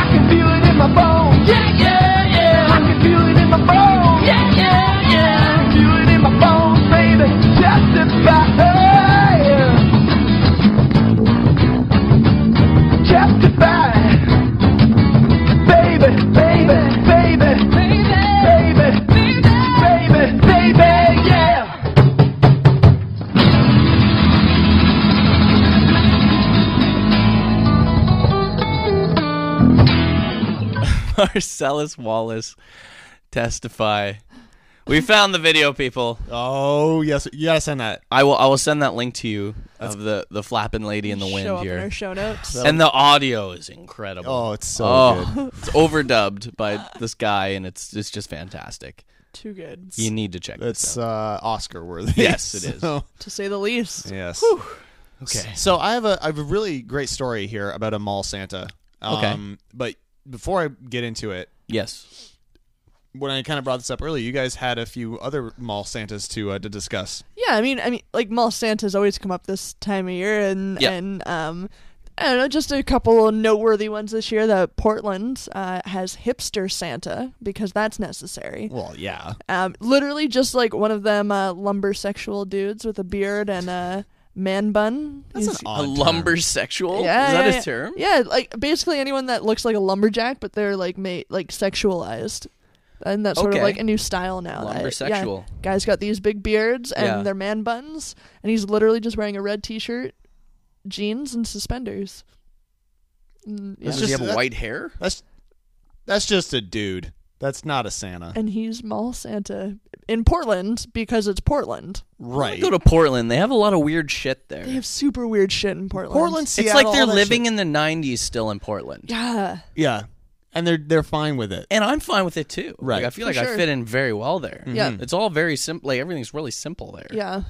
[SPEAKER 6] I can feel it in my bones. Yeah, yeah, yeah. I can feel it in my bones. Yeah, yeah, yeah. I can feel it in my bones, baby. Testify. Testify. Baby, baby, baby, baby, baby, baby, baby, yeah.
[SPEAKER 4] Marcellus Wallace testify. We found the video, people.
[SPEAKER 1] Oh yes, you gotta send that.
[SPEAKER 4] I will. I will send that link to you of the the flapping lady in the wind
[SPEAKER 3] Show up in
[SPEAKER 4] here.
[SPEAKER 3] our show notes.
[SPEAKER 4] And the audio is incredible.
[SPEAKER 1] Oh, it's so
[SPEAKER 4] Oh,
[SPEAKER 1] good.
[SPEAKER 4] it's overdubbed by this guy, and it's it's just fantastic.
[SPEAKER 3] Too good,
[SPEAKER 4] You need to check
[SPEAKER 1] It's
[SPEAKER 4] this out.
[SPEAKER 1] uh, Oscar worthy.
[SPEAKER 4] Yes, it is.
[SPEAKER 1] So,
[SPEAKER 3] to say the least.
[SPEAKER 1] yes.
[SPEAKER 4] okay.
[SPEAKER 1] So I have a I have a really great story here about a mall Santa. Um,
[SPEAKER 4] Okay.
[SPEAKER 1] But before I get into it,
[SPEAKER 4] Yes.
[SPEAKER 1] when I kind of brought this up earlier, you guys had a few other mall Santas to uh, to discuss.
[SPEAKER 3] Yeah, I mean, I mean, like Mall Santa's always come up this time of year, and
[SPEAKER 4] Yeah.
[SPEAKER 3] and um, I don't know, just a couple of noteworthy ones this year. That Portland uh, has hipster Santa because that's necessary.
[SPEAKER 1] Well, yeah.
[SPEAKER 3] Um, literally, just like one of them uh, lumber sexual dudes with a beard and a man bun. He's-
[SPEAKER 4] A lumber sexual?
[SPEAKER 3] yeah,
[SPEAKER 4] Oh, Is that
[SPEAKER 3] yeah,
[SPEAKER 4] a
[SPEAKER 3] yeah.
[SPEAKER 4] term?
[SPEAKER 3] Yeah, like basically anyone that looks like a lumberjack, but they're like made like sexualized, and that's sort
[SPEAKER 4] Okay.
[SPEAKER 3] of like a new style now. that-
[SPEAKER 4] Lumbersexual.
[SPEAKER 3] yeah, guys got these big beards and
[SPEAKER 4] Yeah.
[SPEAKER 3] their man buns, and he's literally just wearing a red T-shirt, jeans, and suspenders. Mm, yeah.
[SPEAKER 1] That's
[SPEAKER 4] Does he
[SPEAKER 1] just-
[SPEAKER 4] have
[SPEAKER 1] that-
[SPEAKER 4] white hair?
[SPEAKER 1] That's that's just a dude. That's not a Santa.
[SPEAKER 3] And he's mall Santa in Portland because it's Portland.
[SPEAKER 1] Right.
[SPEAKER 4] Go to Portland. They have a lot of weird shit there.
[SPEAKER 3] They have super weird shit in Portland.
[SPEAKER 1] Portland,
[SPEAKER 4] it's
[SPEAKER 1] Seattle,
[SPEAKER 4] like they're
[SPEAKER 1] all that
[SPEAKER 4] living
[SPEAKER 1] shit.
[SPEAKER 4] in the 90s still in Portland.
[SPEAKER 3] yeah,
[SPEAKER 1] Yeah. And they're they're fine with it.
[SPEAKER 4] And I'm fine with it too. Like,
[SPEAKER 1] Right.
[SPEAKER 4] I feel
[SPEAKER 3] For
[SPEAKER 4] like I
[SPEAKER 3] sure.
[SPEAKER 4] fit in very well there.
[SPEAKER 3] Yeah.
[SPEAKER 4] It's all very simple. Like everything's really simple there.
[SPEAKER 3] yeah.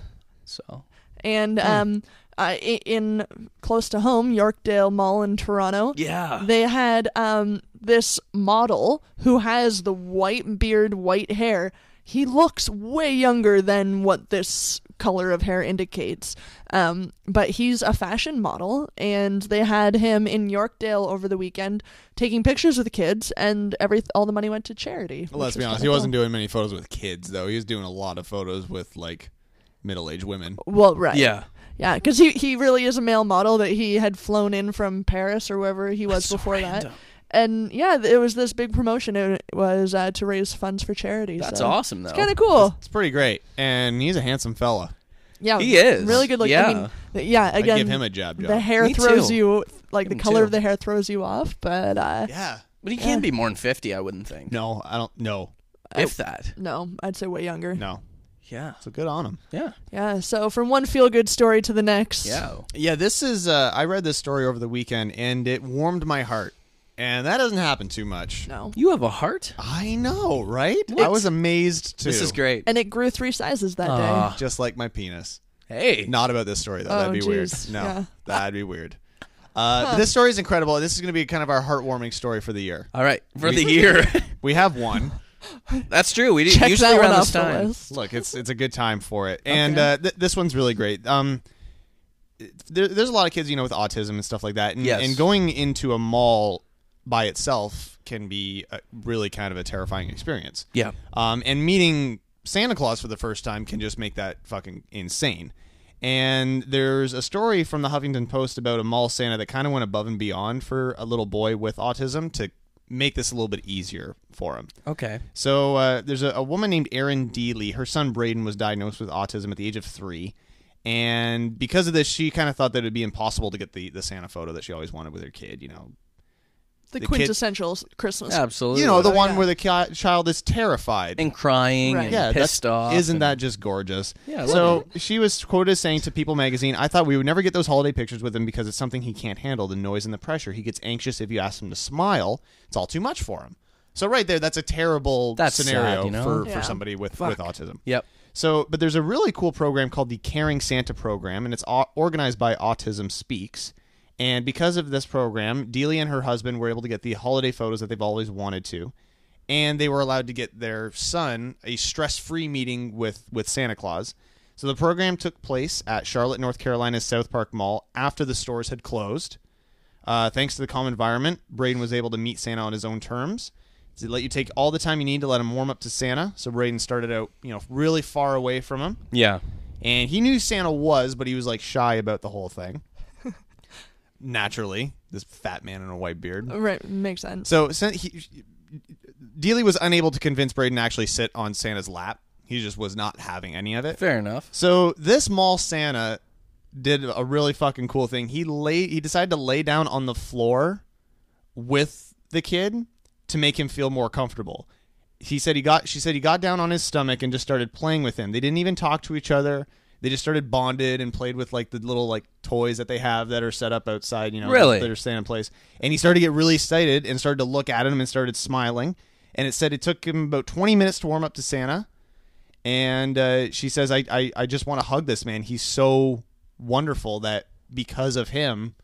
[SPEAKER 4] So
[SPEAKER 3] And
[SPEAKER 4] Hmm.
[SPEAKER 3] um, uh, i- in close to home, Yorkdale Mall in Toronto.
[SPEAKER 4] yeah.
[SPEAKER 3] they had um this model who has the white beard, white hair. He looks way younger than what this color of hair indicates. Um, but he's a fashion model, and they had him in Yorkdale over the weekend taking pictures with the kids, and every all the money went to charity.
[SPEAKER 1] Well, let's be honest. He wasn't doing many photos with kids though. He was doing a lot of photos with like middle-aged women.
[SPEAKER 3] Well, right.
[SPEAKER 4] Yeah.
[SPEAKER 3] Yeah, because he, he really is a male model that he had flown in from Paris or wherever he was before that. And yeah, th- it was this big promotion. It was uh, to raise funds for charity.
[SPEAKER 4] That's
[SPEAKER 3] so.
[SPEAKER 4] awesome though.
[SPEAKER 3] It's kind of
[SPEAKER 4] Oh.
[SPEAKER 3] cool.
[SPEAKER 1] It's pretty great. And he's a handsome fella.
[SPEAKER 3] Yeah,
[SPEAKER 4] He is.
[SPEAKER 3] really good looking. I
[SPEAKER 4] Yeah.
[SPEAKER 3] mean, th- yeah.
[SPEAKER 1] I'd
[SPEAKER 3] Again,
[SPEAKER 1] give him a job job.
[SPEAKER 3] the hair
[SPEAKER 4] Me
[SPEAKER 3] throws
[SPEAKER 4] too.
[SPEAKER 3] you like
[SPEAKER 4] Him
[SPEAKER 3] the color
[SPEAKER 4] too.
[SPEAKER 3] of the hair throws you off, but uh,
[SPEAKER 1] yeah.
[SPEAKER 4] but he can't be more than 50, I wouldn't think.
[SPEAKER 1] No, I don't no.
[SPEAKER 4] If that.
[SPEAKER 3] no, I'd say way younger.
[SPEAKER 1] No.
[SPEAKER 4] Yeah.
[SPEAKER 1] So good on him.
[SPEAKER 4] Yeah.
[SPEAKER 3] Yeah. So from one feel good story to the next.
[SPEAKER 4] Yeah.
[SPEAKER 1] Yeah, this is. Uh, I read this story over the weekend, and it warmed my heart. And that doesn't happen too much.
[SPEAKER 3] No.
[SPEAKER 4] You have a heart?
[SPEAKER 1] I know, right? I was amazed too.
[SPEAKER 4] This is great.
[SPEAKER 3] And it grew three sizes that
[SPEAKER 4] Ah.
[SPEAKER 3] day.
[SPEAKER 1] Just like my penis.
[SPEAKER 4] Hey.
[SPEAKER 1] Not about this story though. That'd
[SPEAKER 3] Oh,
[SPEAKER 1] be
[SPEAKER 3] jeez.
[SPEAKER 1] weird. No,
[SPEAKER 3] Yeah.
[SPEAKER 1] that'd be weird. Uh, but This story is incredible. This is going to be kind of our heartwarming story for the year.
[SPEAKER 4] All right. For the year.
[SPEAKER 1] We have one.
[SPEAKER 4] That's true. We did
[SPEAKER 3] Check
[SPEAKER 4] usually
[SPEAKER 3] that one
[SPEAKER 4] around
[SPEAKER 3] off
[SPEAKER 4] this
[SPEAKER 3] the
[SPEAKER 4] time.
[SPEAKER 3] list.
[SPEAKER 1] Look, it's it's a good time for it, and uh, th- this one's really great. Um, there, there's a lot of kids, you know, with autism and stuff like that, and,
[SPEAKER 4] Yes.
[SPEAKER 1] and going into a mall by itself can be a, really kind of a terrifying experience.
[SPEAKER 4] Yeah.
[SPEAKER 1] Um, and meeting Santa Claus for the first time can just make that fucking insane. And there's a story from the Huffington Post about a mall Santa that kind of went above and beyond for a little boy with autism to make this a little bit easier for him.
[SPEAKER 4] Okay.
[SPEAKER 1] So uh, there's a, a woman named Erin Deely. Her son Braden was diagnosed with autism at the age of three, and because of this, she kind of thought that it would be impossible to get the the Santa photo that she always wanted with her kid. You know,
[SPEAKER 3] The,
[SPEAKER 1] kid-
[SPEAKER 3] quintessential s- Christmas.
[SPEAKER 4] Absolutely.
[SPEAKER 1] you know the one where the ki- child is terrified.
[SPEAKER 4] and crying
[SPEAKER 3] Right.
[SPEAKER 4] and
[SPEAKER 1] yeah,
[SPEAKER 4] pissed
[SPEAKER 1] that's,
[SPEAKER 4] off.
[SPEAKER 1] isn't
[SPEAKER 4] and-
[SPEAKER 1] that just gorgeous?
[SPEAKER 4] Yeah, I love
[SPEAKER 1] So she was quoted as saying to People magazine, "I thought we would never get those holiday pictures with him because it's something he can't handle, the noise and the pressure. He gets anxious if you ask him to smile. It's all too much for him." So right there, that's a terrible
[SPEAKER 4] That's sad,
[SPEAKER 1] scenario
[SPEAKER 4] you know?
[SPEAKER 1] for,
[SPEAKER 3] Yeah.
[SPEAKER 1] for somebody with, with autism.
[SPEAKER 4] Yep.
[SPEAKER 1] So, but there's a really cool program called the Caring Santa Program, and it's au- organized by Autism Speaks. And because of this program, Dealey and her husband were able to get the holiday photos that they've always wanted to, and they were allowed to get their son a stress-free meeting with with Santa Claus. So the program took place at Charlotte, North Carolina's South Park Mall after the stores had closed. Uh, thanks to the calm environment, Braden was able to meet Santa on his own terms. They let you take all the time you need to let him warm up to Santa. So Braden started out, you know, really far away from him,
[SPEAKER 4] Yeah.
[SPEAKER 1] and he knew Santa was, but he was like shy about the whole thing. Naturally, this fat man in a white beard.
[SPEAKER 3] Right, makes sense.
[SPEAKER 1] So Sa- he, Dealey was unable to convince Braden to actually sit on Santa's lap. He just was not having any of it.
[SPEAKER 4] Fair enough.
[SPEAKER 1] So this mall Santa did a really fucking cool thing. He lay he decided to lay down on the floor with the kid to make him feel more comfortable. He said he got she said he got down on his stomach and just started playing with him. They didn't even talk to each other. They just started bonded and played with like the little like toys that they have that are set up outside, you know,
[SPEAKER 4] Really?
[SPEAKER 1] that are staying in place. And he started to get really excited and started to look at him and started smiling. And it said it took him about 20 minutes to warm up to Santa and uh, she says, I, I, I just want to hug this man. He's so wonderful that because of him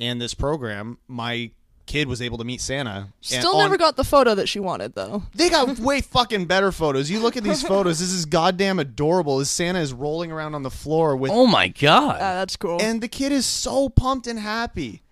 [SPEAKER 1] and this program, my kid was able to meet Santa. And
[SPEAKER 3] Still
[SPEAKER 1] on-
[SPEAKER 3] never got the photo that she wanted, though.
[SPEAKER 1] They got way fucking better photos. You look at these photos. This is goddamn adorable. As Santa is rolling around on the floor with,
[SPEAKER 4] Oh my god.
[SPEAKER 3] Ah, that's cool.
[SPEAKER 1] and the kid is so pumped and happy.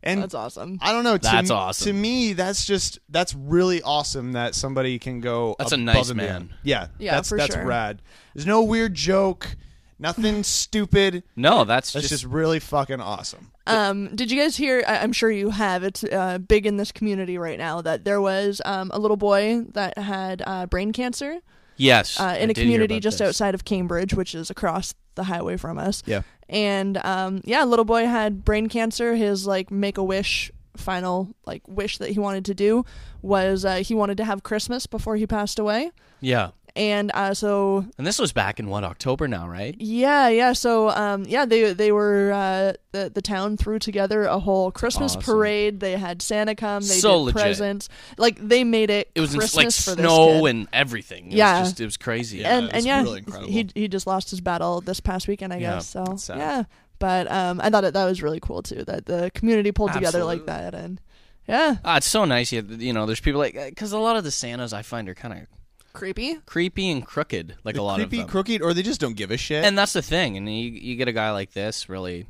[SPEAKER 1] And
[SPEAKER 3] that's awesome.
[SPEAKER 1] I don't know. To
[SPEAKER 4] That's
[SPEAKER 1] me-
[SPEAKER 4] awesome.
[SPEAKER 1] To me, that's just that's really awesome that somebody can go.
[SPEAKER 4] That's a
[SPEAKER 1] above
[SPEAKER 4] nice
[SPEAKER 1] and beyond.
[SPEAKER 4] man.
[SPEAKER 1] Yeah,
[SPEAKER 3] Yeah,
[SPEAKER 1] that's
[SPEAKER 3] for
[SPEAKER 1] that's
[SPEAKER 3] sure.
[SPEAKER 1] rad. There's no weird joke, nothing stupid.
[SPEAKER 4] no, that's,
[SPEAKER 1] That's
[SPEAKER 4] just,
[SPEAKER 1] just really fucking awesome.
[SPEAKER 3] Um, did you guys hear? I- I'm sure you have. It's uh, big in this community right now that there was um, a little boy that had uh, brain cancer
[SPEAKER 4] yes.
[SPEAKER 3] uh,
[SPEAKER 4] I
[SPEAKER 3] in a
[SPEAKER 4] did hear
[SPEAKER 3] community
[SPEAKER 4] about
[SPEAKER 3] just
[SPEAKER 4] this.
[SPEAKER 3] outside of Cambridge, which is across the highway from us.
[SPEAKER 4] Yeah.
[SPEAKER 3] And um, yeah, little boy had brain cancer. His like make a wish final like wish that he wanted to do was uh, he wanted to have Christmas before he passed away.
[SPEAKER 4] Yeah.
[SPEAKER 3] And uh, so
[SPEAKER 4] And this was back in what October now, right?
[SPEAKER 3] Yeah, yeah. So, um, yeah, they they were uh, the the town threw together a whole Christmas
[SPEAKER 4] Awesome.
[SPEAKER 3] parade. They had Santa come. They
[SPEAKER 4] So
[SPEAKER 3] did
[SPEAKER 4] legit.
[SPEAKER 3] presents. Like they made it.
[SPEAKER 4] It was in,
[SPEAKER 3] Christmas
[SPEAKER 4] like
[SPEAKER 3] for
[SPEAKER 4] snow
[SPEAKER 3] this kid.
[SPEAKER 4] and everything. It
[SPEAKER 3] Yeah.
[SPEAKER 4] Was just, it was crazy.
[SPEAKER 1] Yeah,
[SPEAKER 3] and
[SPEAKER 1] it
[SPEAKER 3] and
[SPEAKER 1] was
[SPEAKER 3] yeah,
[SPEAKER 1] really incredible.
[SPEAKER 3] he he just lost his battle this past weekend, I
[SPEAKER 4] Yeah,
[SPEAKER 3] guess. So
[SPEAKER 1] sad.
[SPEAKER 3] yeah, but um, I thought that that was really cool too. That the community pulled together like that, and yeah,
[SPEAKER 4] Ah, it's so nice. You, you know, there's people like because a lot of the Santas I find are kind of
[SPEAKER 3] creepy.
[SPEAKER 4] creepy and crooked, like a lot
[SPEAKER 1] creepy,
[SPEAKER 4] of them.
[SPEAKER 1] crooked, or they just don't give a shit.
[SPEAKER 4] and that's the thing. And you you get a guy like this, really,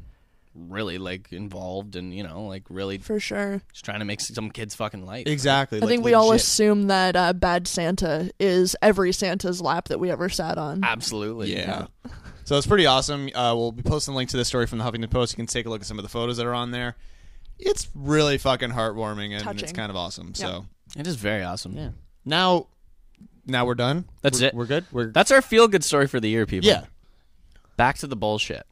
[SPEAKER 4] really like involved, and you know, like really
[SPEAKER 3] For sure,
[SPEAKER 4] just trying to make some kids fucking life.
[SPEAKER 1] exactly.
[SPEAKER 3] I think we all assume that uh, bad Santa is every Santa's lap that we ever sat on.
[SPEAKER 4] Absolutely.
[SPEAKER 1] Yeah. So it's pretty awesome. Uh, we'll be posting a link to this story from the Huffington Post. You can take a look at some of the photos that are on there. It's really fucking heartwarming and it's
[SPEAKER 3] Touching.
[SPEAKER 1] kind of awesome. So
[SPEAKER 4] It is very awesome. Yeah.
[SPEAKER 1] now, now we're done.
[SPEAKER 4] That's
[SPEAKER 1] We're-
[SPEAKER 4] it.
[SPEAKER 1] We're good. We're
[SPEAKER 4] That's our feel good story for the year, people.
[SPEAKER 1] yeah.
[SPEAKER 4] Back to the bullshit.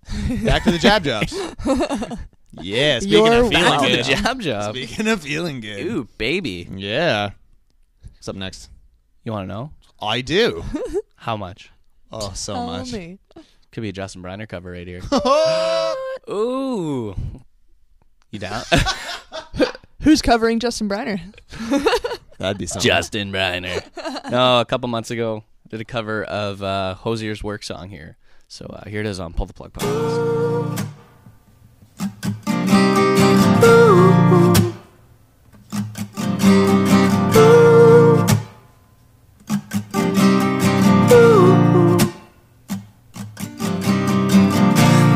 [SPEAKER 1] Back to the jab jobs. yeah, speaking
[SPEAKER 3] You're
[SPEAKER 1] of feeling
[SPEAKER 3] wow.
[SPEAKER 4] Back to the
[SPEAKER 1] good.
[SPEAKER 4] jab job.
[SPEAKER 1] Speaking of feeling good.
[SPEAKER 4] Ooh, baby.
[SPEAKER 1] Yeah. What's up next?
[SPEAKER 4] You want to know
[SPEAKER 1] I do.
[SPEAKER 4] how much?
[SPEAKER 1] Oh, so
[SPEAKER 3] Tell
[SPEAKER 1] much.
[SPEAKER 3] me.
[SPEAKER 4] Could be a Justin Briner cover right here.
[SPEAKER 1] oh,
[SPEAKER 4] Ooh. You down?
[SPEAKER 3] Who's covering Justin Briner?
[SPEAKER 1] that'd be something.
[SPEAKER 4] Justin Briner. No, a couple months ago, did a cover of uh, Hosier's work song here. So uh, here it is on Pull the Plug Podcast.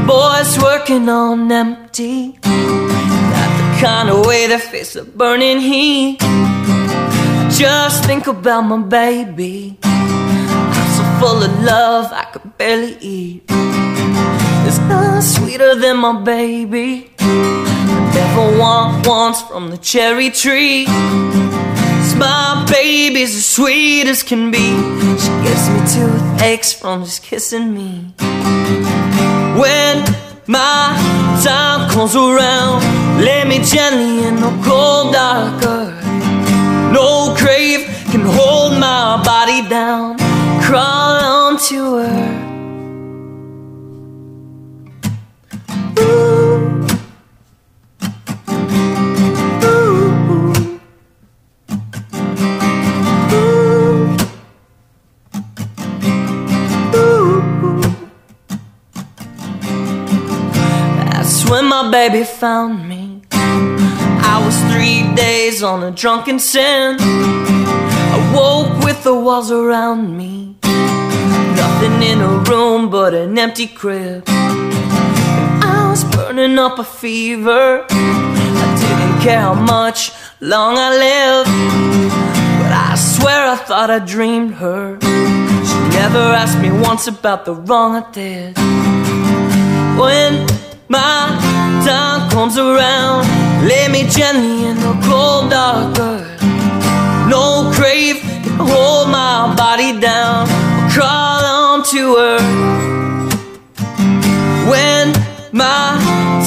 [SPEAKER 8] Boys working on empty. Not the kind of way that face the burning heat. Just think about my baby. full of love I could barely eat. There's none sweeter than my baby. I never want once from the cherry tree. 'Cause my baby's as sweet as can be. She gives me toothaches from just kissing me. When my time comes around, lay me gently in the cold dark earth. No grave can hold my body down. Crawl onto her. Ooh. Ooh. Ooh. Ooh. That's when my baby found me. I was three days on a drunken sin. I woke with the walls around me. Nothing in a room but an empty crib. And I was burning up a fever. I didn't care how much long I lived. But I swear I thought I dreamed her. She never asked me once about the wrong I did. When my time comes around, lay me gently in the cold dark earth. No crave can hold my body down. I'll crawl onto her. When my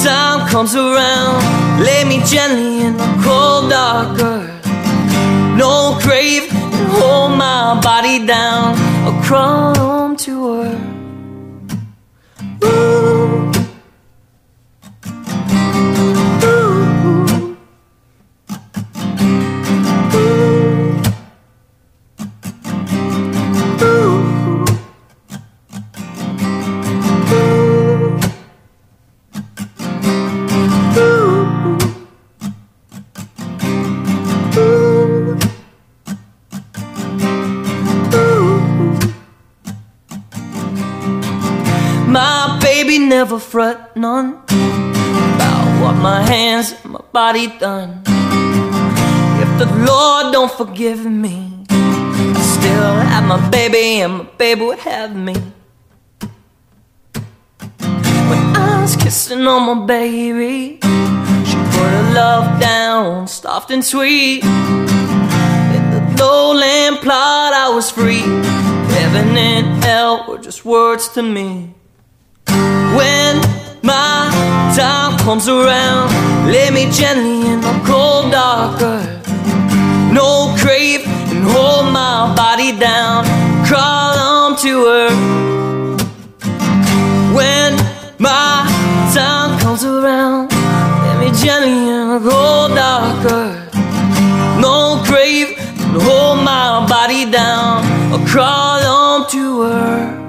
[SPEAKER 8] time comes around, lay me gently in the cold dark earth. No crave can hold my body down. I'll crawl onto her. Ooh. Ooh. Ooh. Ooh. My baby never fret none about what my hands and my body done. If the Lord don't forgive me, I still have my baby and my baby would have me. When I was kissing on my baby, she put her love down, soft and sweet. In the lowland plot, I was free. Heaven and hell were just words to me. When my time comes around, lay me gently in the cold dark earth. No crave and hold my body down, crawl onto her. When my time comes around, lay me gently in the cold dark earth. No crave and hold my body down, I'll crawl onto her.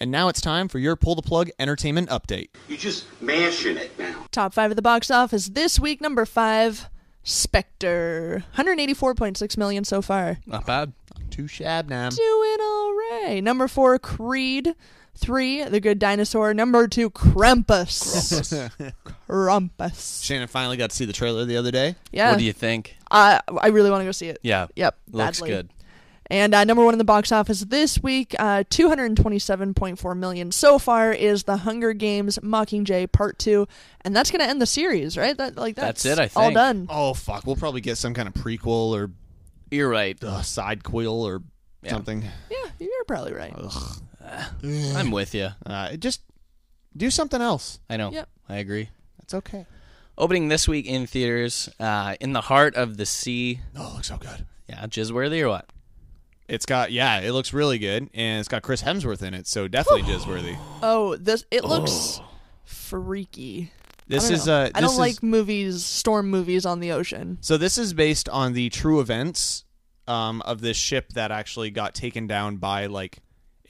[SPEAKER 1] And now it's time for your pull the plug entertainment update.
[SPEAKER 9] You just mashing it now.
[SPEAKER 3] Top five of the box office this week, number five, Spectre. 184.6 million so far.
[SPEAKER 4] Not bad.
[SPEAKER 1] To Shabnam.
[SPEAKER 3] Doing all right. Number four, Creed. Three, The Good Dinosaur. Number two, Krampus. Krampus.
[SPEAKER 1] Shannon finally got to see the trailer the other day.
[SPEAKER 3] Yeah.
[SPEAKER 4] What do you think?
[SPEAKER 3] I, I really want to go see it.
[SPEAKER 4] Yeah.
[SPEAKER 3] Yep.
[SPEAKER 4] Looks
[SPEAKER 3] badly.
[SPEAKER 4] good.
[SPEAKER 3] And uh, number one in the box office this week, uh, 227.4 million so far, is The Hunger Games Mockingjay Part Two, and that's going to end the series, right? That like that's,
[SPEAKER 4] That's it, I
[SPEAKER 3] all
[SPEAKER 4] think.
[SPEAKER 3] done.
[SPEAKER 1] Oh fuck, we'll probably get some kind of prequel or
[SPEAKER 4] You're right.
[SPEAKER 1] uh, side quill or something.
[SPEAKER 3] Yeah, you're probably right.
[SPEAKER 4] I'm with you.
[SPEAKER 1] Uh, it just do something else.
[SPEAKER 4] I know.
[SPEAKER 3] Yep.
[SPEAKER 4] I agree.
[SPEAKER 1] That's okay.
[SPEAKER 4] Opening this week in theaters, uh, in the heart of the sea.
[SPEAKER 1] Oh, it looks so good.
[SPEAKER 4] Yeah, jizzworthy or what?
[SPEAKER 1] It's got yeah, it looks really good, and it's got Chris Hemsworth in it, so definitely Jizzworthy.
[SPEAKER 3] Oh, this it looks freaky.
[SPEAKER 1] This
[SPEAKER 3] I don't
[SPEAKER 1] is
[SPEAKER 3] know.
[SPEAKER 1] uh, this
[SPEAKER 3] I don't
[SPEAKER 1] is,
[SPEAKER 3] like movies, storm movies on the ocean.
[SPEAKER 1] So this is based on the true events um, of this ship that actually got taken down by like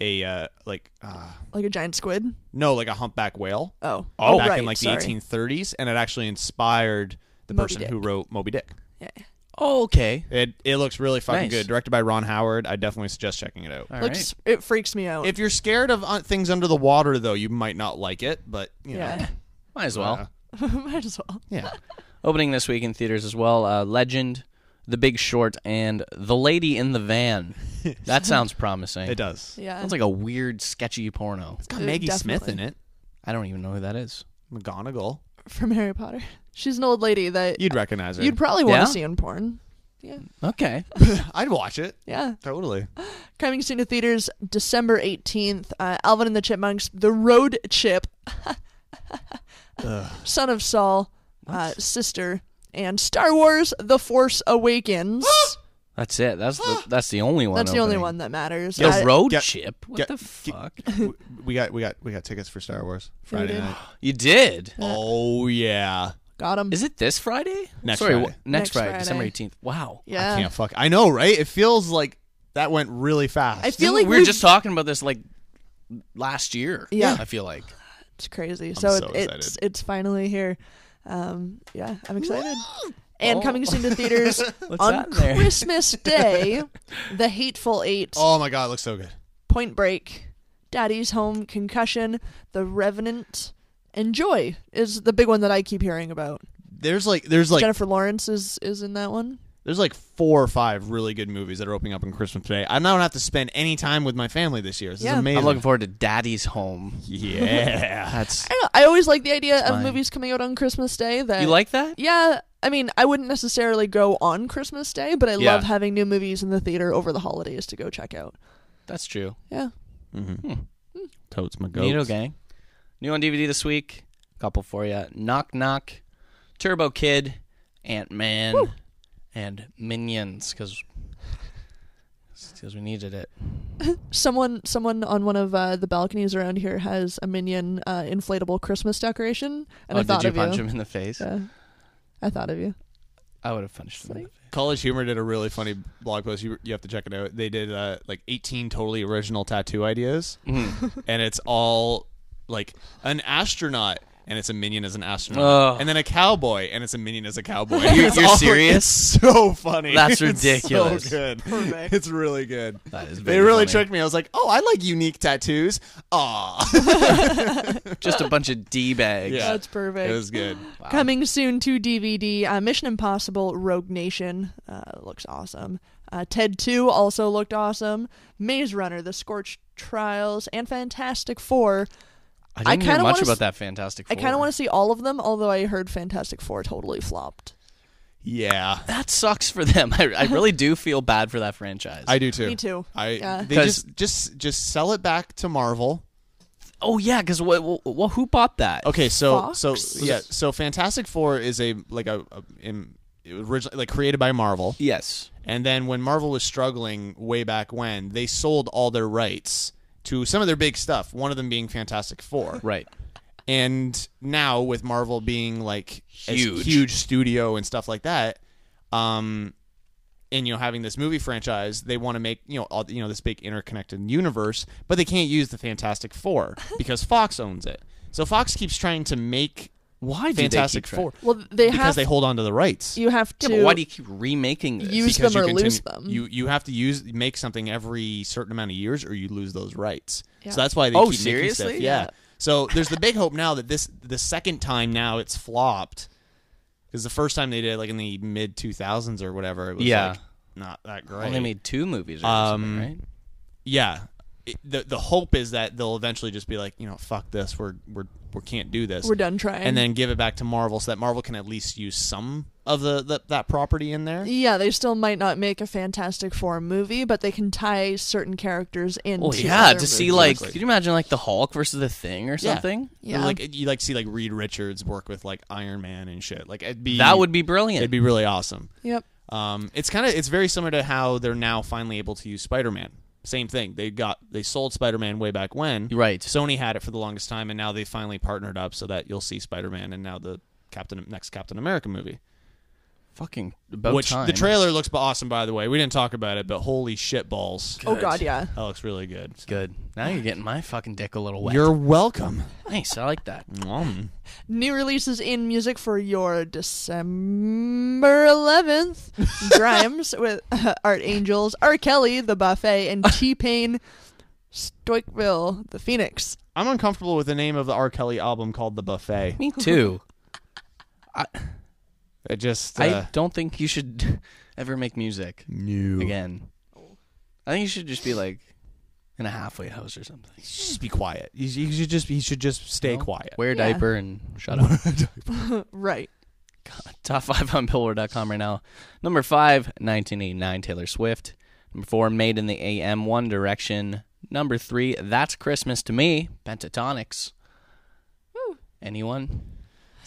[SPEAKER 1] a uh, like uh,
[SPEAKER 3] Like a giant squid.
[SPEAKER 1] no like a humpback whale
[SPEAKER 3] Oh,
[SPEAKER 1] back
[SPEAKER 3] right,
[SPEAKER 1] in like
[SPEAKER 3] sorry.
[SPEAKER 1] the 1830s, and it actually inspired the
[SPEAKER 3] Moby
[SPEAKER 1] person
[SPEAKER 3] Dick.
[SPEAKER 1] who wrote Moby Dick.
[SPEAKER 3] Yeah.
[SPEAKER 4] Oh, okay.
[SPEAKER 1] It it looks really fucking
[SPEAKER 4] Nice.
[SPEAKER 1] good. Directed by Ron Howard. I definitely suggest checking it out.
[SPEAKER 4] All right.
[SPEAKER 3] Looks it freaks me out.
[SPEAKER 1] If you're scared of uh, things under the water, though, you might not like it. But you know,
[SPEAKER 3] yeah.
[SPEAKER 4] Might as well.
[SPEAKER 1] Uh,
[SPEAKER 3] Might as well.
[SPEAKER 1] yeah.
[SPEAKER 4] Opening this week in theaters as well uh, Legend, The Big Short, and The Lady in the Van. That sounds promising.
[SPEAKER 1] it does.
[SPEAKER 3] Yeah.
[SPEAKER 4] Sounds like a weird, sketchy porno.
[SPEAKER 1] It's got
[SPEAKER 3] Uh,
[SPEAKER 1] Maggie Smith in
[SPEAKER 3] definitely.
[SPEAKER 1] it.
[SPEAKER 4] I don't even know who that is.
[SPEAKER 1] McGonagall.
[SPEAKER 3] from Harry Potter. She's an old lady that
[SPEAKER 1] You'd recognize her.
[SPEAKER 3] you'd probably want
[SPEAKER 4] Yeah?
[SPEAKER 3] to see in porn. Yeah.
[SPEAKER 4] Okay.
[SPEAKER 1] I'd watch it.
[SPEAKER 3] Yeah.
[SPEAKER 1] Totally.
[SPEAKER 3] Coming soon to theaters December 18th. Uh, Alvin and the Chipmunks, The Road Chip, Son of Saul, uh, Sister, and Star Wars The Force Awakens.
[SPEAKER 4] That's it. That's the, that's the only one.
[SPEAKER 3] That's the only
[SPEAKER 4] opening.
[SPEAKER 3] one that matters.
[SPEAKER 4] The
[SPEAKER 3] Uh,
[SPEAKER 4] road
[SPEAKER 1] Get-
[SPEAKER 4] chip. What
[SPEAKER 1] get-
[SPEAKER 4] the
[SPEAKER 1] get-
[SPEAKER 4] fuck?
[SPEAKER 1] W- we got we got we got tickets for Star Wars Friday
[SPEAKER 3] did. Uh,
[SPEAKER 1] night.
[SPEAKER 4] you did.
[SPEAKER 1] Oh yeah.
[SPEAKER 3] Got him.
[SPEAKER 4] Is it this Friday?
[SPEAKER 1] Next
[SPEAKER 4] Sorry,
[SPEAKER 1] Friday.
[SPEAKER 4] wh- next,
[SPEAKER 3] Next
[SPEAKER 4] Friday,
[SPEAKER 3] Friday.
[SPEAKER 4] December eighteenth. Wow.
[SPEAKER 3] Yeah.
[SPEAKER 1] Can't fuck. I know, right? It feels like that went really fast.
[SPEAKER 3] I feel like
[SPEAKER 4] we were
[SPEAKER 3] we've-
[SPEAKER 4] just talking about this like last year.
[SPEAKER 3] Yeah.
[SPEAKER 4] I feel like.
[SPEAKER 3] It's crazy. so
[SPEAKER 1] so
[SPEAKER 3] it, it's
[SPEAKER 1] excited.
[SPEAKER 3] it's finally here. Um, yeah, I'm excited. and coming soon to theaters
[SPEAKER 4] that
[SPEAKER 3] on
[SPEAKER 4] in there?
[SPEAKER 3] Christmas Day, The Hateful Eight,
[SPEAKER 1] oh my god, it looks so good.
[SPEAKER 3] Point Break, Daddy's Home, Concussion, The Revenant, and Joy is the big one that I keep hearing about.
[SPEAKER 1] There's like there's like
[SPEAKER 3] Jennifer Lawrence is is in that one.
[SPEAKER 1] there's like four or five really good movies that are opening up on Christmas today. I don't have to spend any time with my family this year. This
[SPEAKER 3] Yeah.
[SPEAKER 1] is
[SPEAKER 3] I'm
[SPEAKER 1] amazing.
[SPEAKER 4] I'm looking forward to Daddy's home.
[SPEAKER 1] yeah.
[SPEAKER 4] That's
[SPEAKER 3] I don't know. I always like the idea of
[SPEAKER 4] mine.
[SPEAKER 3] movies coming out on Christmas Day. That
[SPEAKER 4] you like that?
[SPEAKER 3] Yeah, I mean, I wouldn't necessarily go on Christmas Day, but I
[SPEAKER 4] Yeah.
[SPEAKER 3] love having new movies in the theater over the holidays to go check out.
[SPEAKER 4] That's true.
[SPEAKER 3] Yeah.
[SPEAKER 1] Mm-hmm. Hmm.
[SPEAKER 3] Hmm.
[SPEAKER 1] Totes my goats.
[SPEAKER 4] Neato gang. New on DVD this week. Couple for you. Knock knock. Turbo Kid. Ant Man. And Minions because we needed it.
[SPEAKER 3] someone someone on one of uh, the balconies around here has a minion uh, inflatable Christmas decoration, and
[SPEAKER 4] oh,
[SPEAKER 3] I thought
[SPEAKER 4] did you
[SPEAKER 3] of
[SPEAKER 4] punch
[SPEAKER 3] you.
[SPEAKER 4] him in the face?
[SPEAKER 3] Yeah. I thought of you.
[SPEAKER 4] I would have punched him. in the face.
[SPEAKER 1] College Humor did a really funny blog post. You, you have to check it out. They did uh, like 18 totally original tattoo ideas,
[SPEAKER 4] Mm-hmm.
[SPEAKER 1] and it's all like an astronaut, and it's a minion as an astronaut,
[SPEAKER 4] Oh.
[SPEAKER 1] and then a cowboy, and it's a minion as a cowboy.
[SPEAKER 4] You're-
[SPEAKER 1] It's
[SPEAKER 4] you're
[SPEAKER 1] all-
[SPEAKER 4] serious?
[SPEAKER 1] It's so funny.
[SPEAKER 4] That's
[SPEAKER 1] It's
[SPEAKER 4] ridiculous.
[SPEAKER 1] so good. It's really good.
[SPEAKER 4] That is
[SPEAKER 1] They
[SPEAKER 4] very
[SPEAKER 1] really
[SPEAKER 4] funny.
[SPEAKER 1] tricked me. I was like, "Oh, I like unique tattoos." Aw,
[SPEAKER 4] Just a bunch of d bags.
[SPEAKER 1] Yeah.
[SPEAKER 3] That's perfect.
[SPEAKER 1] it was good.
[SPEAKER 3] Coming soon to DVD, uh, Mission Impossible: Rogue Nation uh, looks awesome. Uh, Ted 2 also looked awesome. Maze Runner: The Scorched Trials and Fantastic Four.
[SPEAKER 4] I
[SPEAKER 3] I
[SPEAKER 4] didn't hear
[SPEAKER 3] kinda
[SPEAKER 4] much
[SPEAKER 3] wanna
[SPEAKER 4] about
[SPEAKER 3] s-
[SPEAKER 4] that Fantastic
[SPEAKER 3] I
[SPEAKER 4] Four.
[SPEAKER 3] kind of want to see all of them, although I heard Fantastic Four totally flopped.
[SPEAKER 1] Yeah,
[SPEAKER 4] That sucks for them. I, I really do feel bad for that franchise.
[SPEAKER 1] I do too.
[SPEAKER 3] Me too.
[SPEAKER 1] I
[SPEAKER 3] Yeah.
[SPEAKER 1] they
[SPEAKER 4] 'Cause-
[SPEAKER 1] just just just sell it back to Marvel.
[SPEAKER 4] oh yeah, because what, what, what? Who bought that?
[SPEAKER 1] Okay, so
[SPEAKER 3] Fox?
[SPEAKER 1] so yeah, so Fantastic Four is a like a, a in, it was originally like created by Marvel,
[SPEAKER 4] Yes.
[SPEAKER 1] and then when Marvel was struggling way back when, they sold all their rights to some of their big stuff. One of them being Fantastic Four,
[SPEAKER 4] Right.
[SPEAKER 1] and now with Marvel being like a
[SPEAKER 4] Huge.
[SPEAKER 1] huge studio and stuff like that, um, and you know having this movie franchise, they want to make you know all, you know this big interconnected universe, but they can't use the Fantastic Four because Fox owns it. So Fox keeps trying to make
[SPEAKER 4] Why do
[SPEAKER 1] Fantastic
[SPEAKER 4] they keep trying-
[SPEAKER 1] Four
[SPEAKER 3] Well, they
[SPEAKER 1] because
[SPEAKER 3] have
[SPEAKER 1] they hold on to the rights.
[SPEAKER 3] you have
[SPEAKER 4] Yeah,
[SPEAKER 3] to
[SPEAKER 4] but why do you keep remaking this?
[SPEAKER 3] use
[SPEAKER 1] because
[SPEAKER 3] them or
[SPEAKER 1] you
[SPEAKER 3] lose
[SPEAKER 1] continue-
[SPEAKER 3] them.
[SPEAKER 1] You you have to use make something every certain amount of years, or you lose those rights.
[SPEAKER 3] Yeah.
[SPEAKER 1] So that's why they
[SPEAKER 4] Oh,
[SPEAKER 1] keep making
[SPEAKER 4] seriously?
[SPEAKER 1] stuff. Yeah.
[SPEAKER 3] Yeah.
[SPEAKER 1] So there's the big hope now that this the second time now it's flopped because the first time they did it, like in the mid 2000s or whatever it was
[SPEAKER 4] Yeah.
[SPEAKER 1] like, not that great.
[SPEAKER 4] Well, they made two movies or something,
[SPEAKER 1] Um,
[SPEAKER 4] right?
[SPEAKER 1] yeah. It- the the hope is that they'll eventually just be like you know fuck this we're we're we can't do this
[SPEAKER 3] We're done trying.
[SPEAKER 1] and then give it back to Marvel so that Marvel can at least use some of the, the that property in there.
[SPEAKER 3] Yeah, they still might not make a Fantastic Four movie, but they can tie certain characters into.
[SPEAKER 4] Well, Oh, yeah,
[SPEAKER 3] other
[SPEAKER 4] to see
[SPEAKER 3] movies.
[SPEAKER 4] like,
[SPEAKER 1] Exactly.
[SPEAKER 4] could you imagine like the Hulk versus the Thing or something?
[SPEAKER 3] Yeah.
[SPEAKER 1] Like you like see like Reed Richards work with like Iron Man and shit. Like it'd be
[SPEAKER 4] That would be brilliant.
[SPEAKER 1] it'd be really awesome.
[SPEAKER 3] Yep.
[SPEAKER 1] Um, it's kind of it's very similar to how they're now finally able to use Spider Man. Same thing. They got they sold Spider Man way back when.
[SPEAKER 4] Right.
[SPEAKER 1] Sony had it for the longest time, and now they finally partnered up so that you'll see Spider Man and now the Captain next Captain America movie.
[SPEAKER 4] Fucking about
[SPEAKER 10] which
[SPEAKER 4] time.
[SPEAKER 10] the trailer looks awesome, by the way. We didn't talk about it, but holy shit balls!
[SPEAKER 3] Oh god, yeah.
[SPEAKER 10] That looks really good.
[SPEAKER 4] Good. Now you're getting my fucking dick a little wet.
[SPEAKER 1] You're welcome.
[SPEAKER 4] nice. I like that.
[SPEAKER 1] Mm.
[SPEAKER 3] New releases in music for your December 11th. Grimes with uh, Art Angels, R. Kelly, The Buffet, and T Pain, Stoikville, The Phoenix.
[SPEAKER 1] I'm uncomfortable with the name of the R. Kelly album called The Buffet.
[SPEAKER 4] Me too.
[SPEAKER 1] It just uh,
[SPEAKER 4] I don't think you should ever make music again. I think you should just be like in a halfway house or something.
[SPEAKER 1] just be quiet. He, he should just he should just stay quiet.
[SPEAKER 4] Wear a
[SPEAKER 3] Yeah.
[SPEAKER 4] diaper and shut up.
[SPEAKER 3] Right.
[SPEAKER 4] Top five on Billboard.com right now. Number five, 1989, Taylor Swift. Number four, Made in the AM, One Direction. Number three, That's Christmas to Me, Pentatonics. Anyone?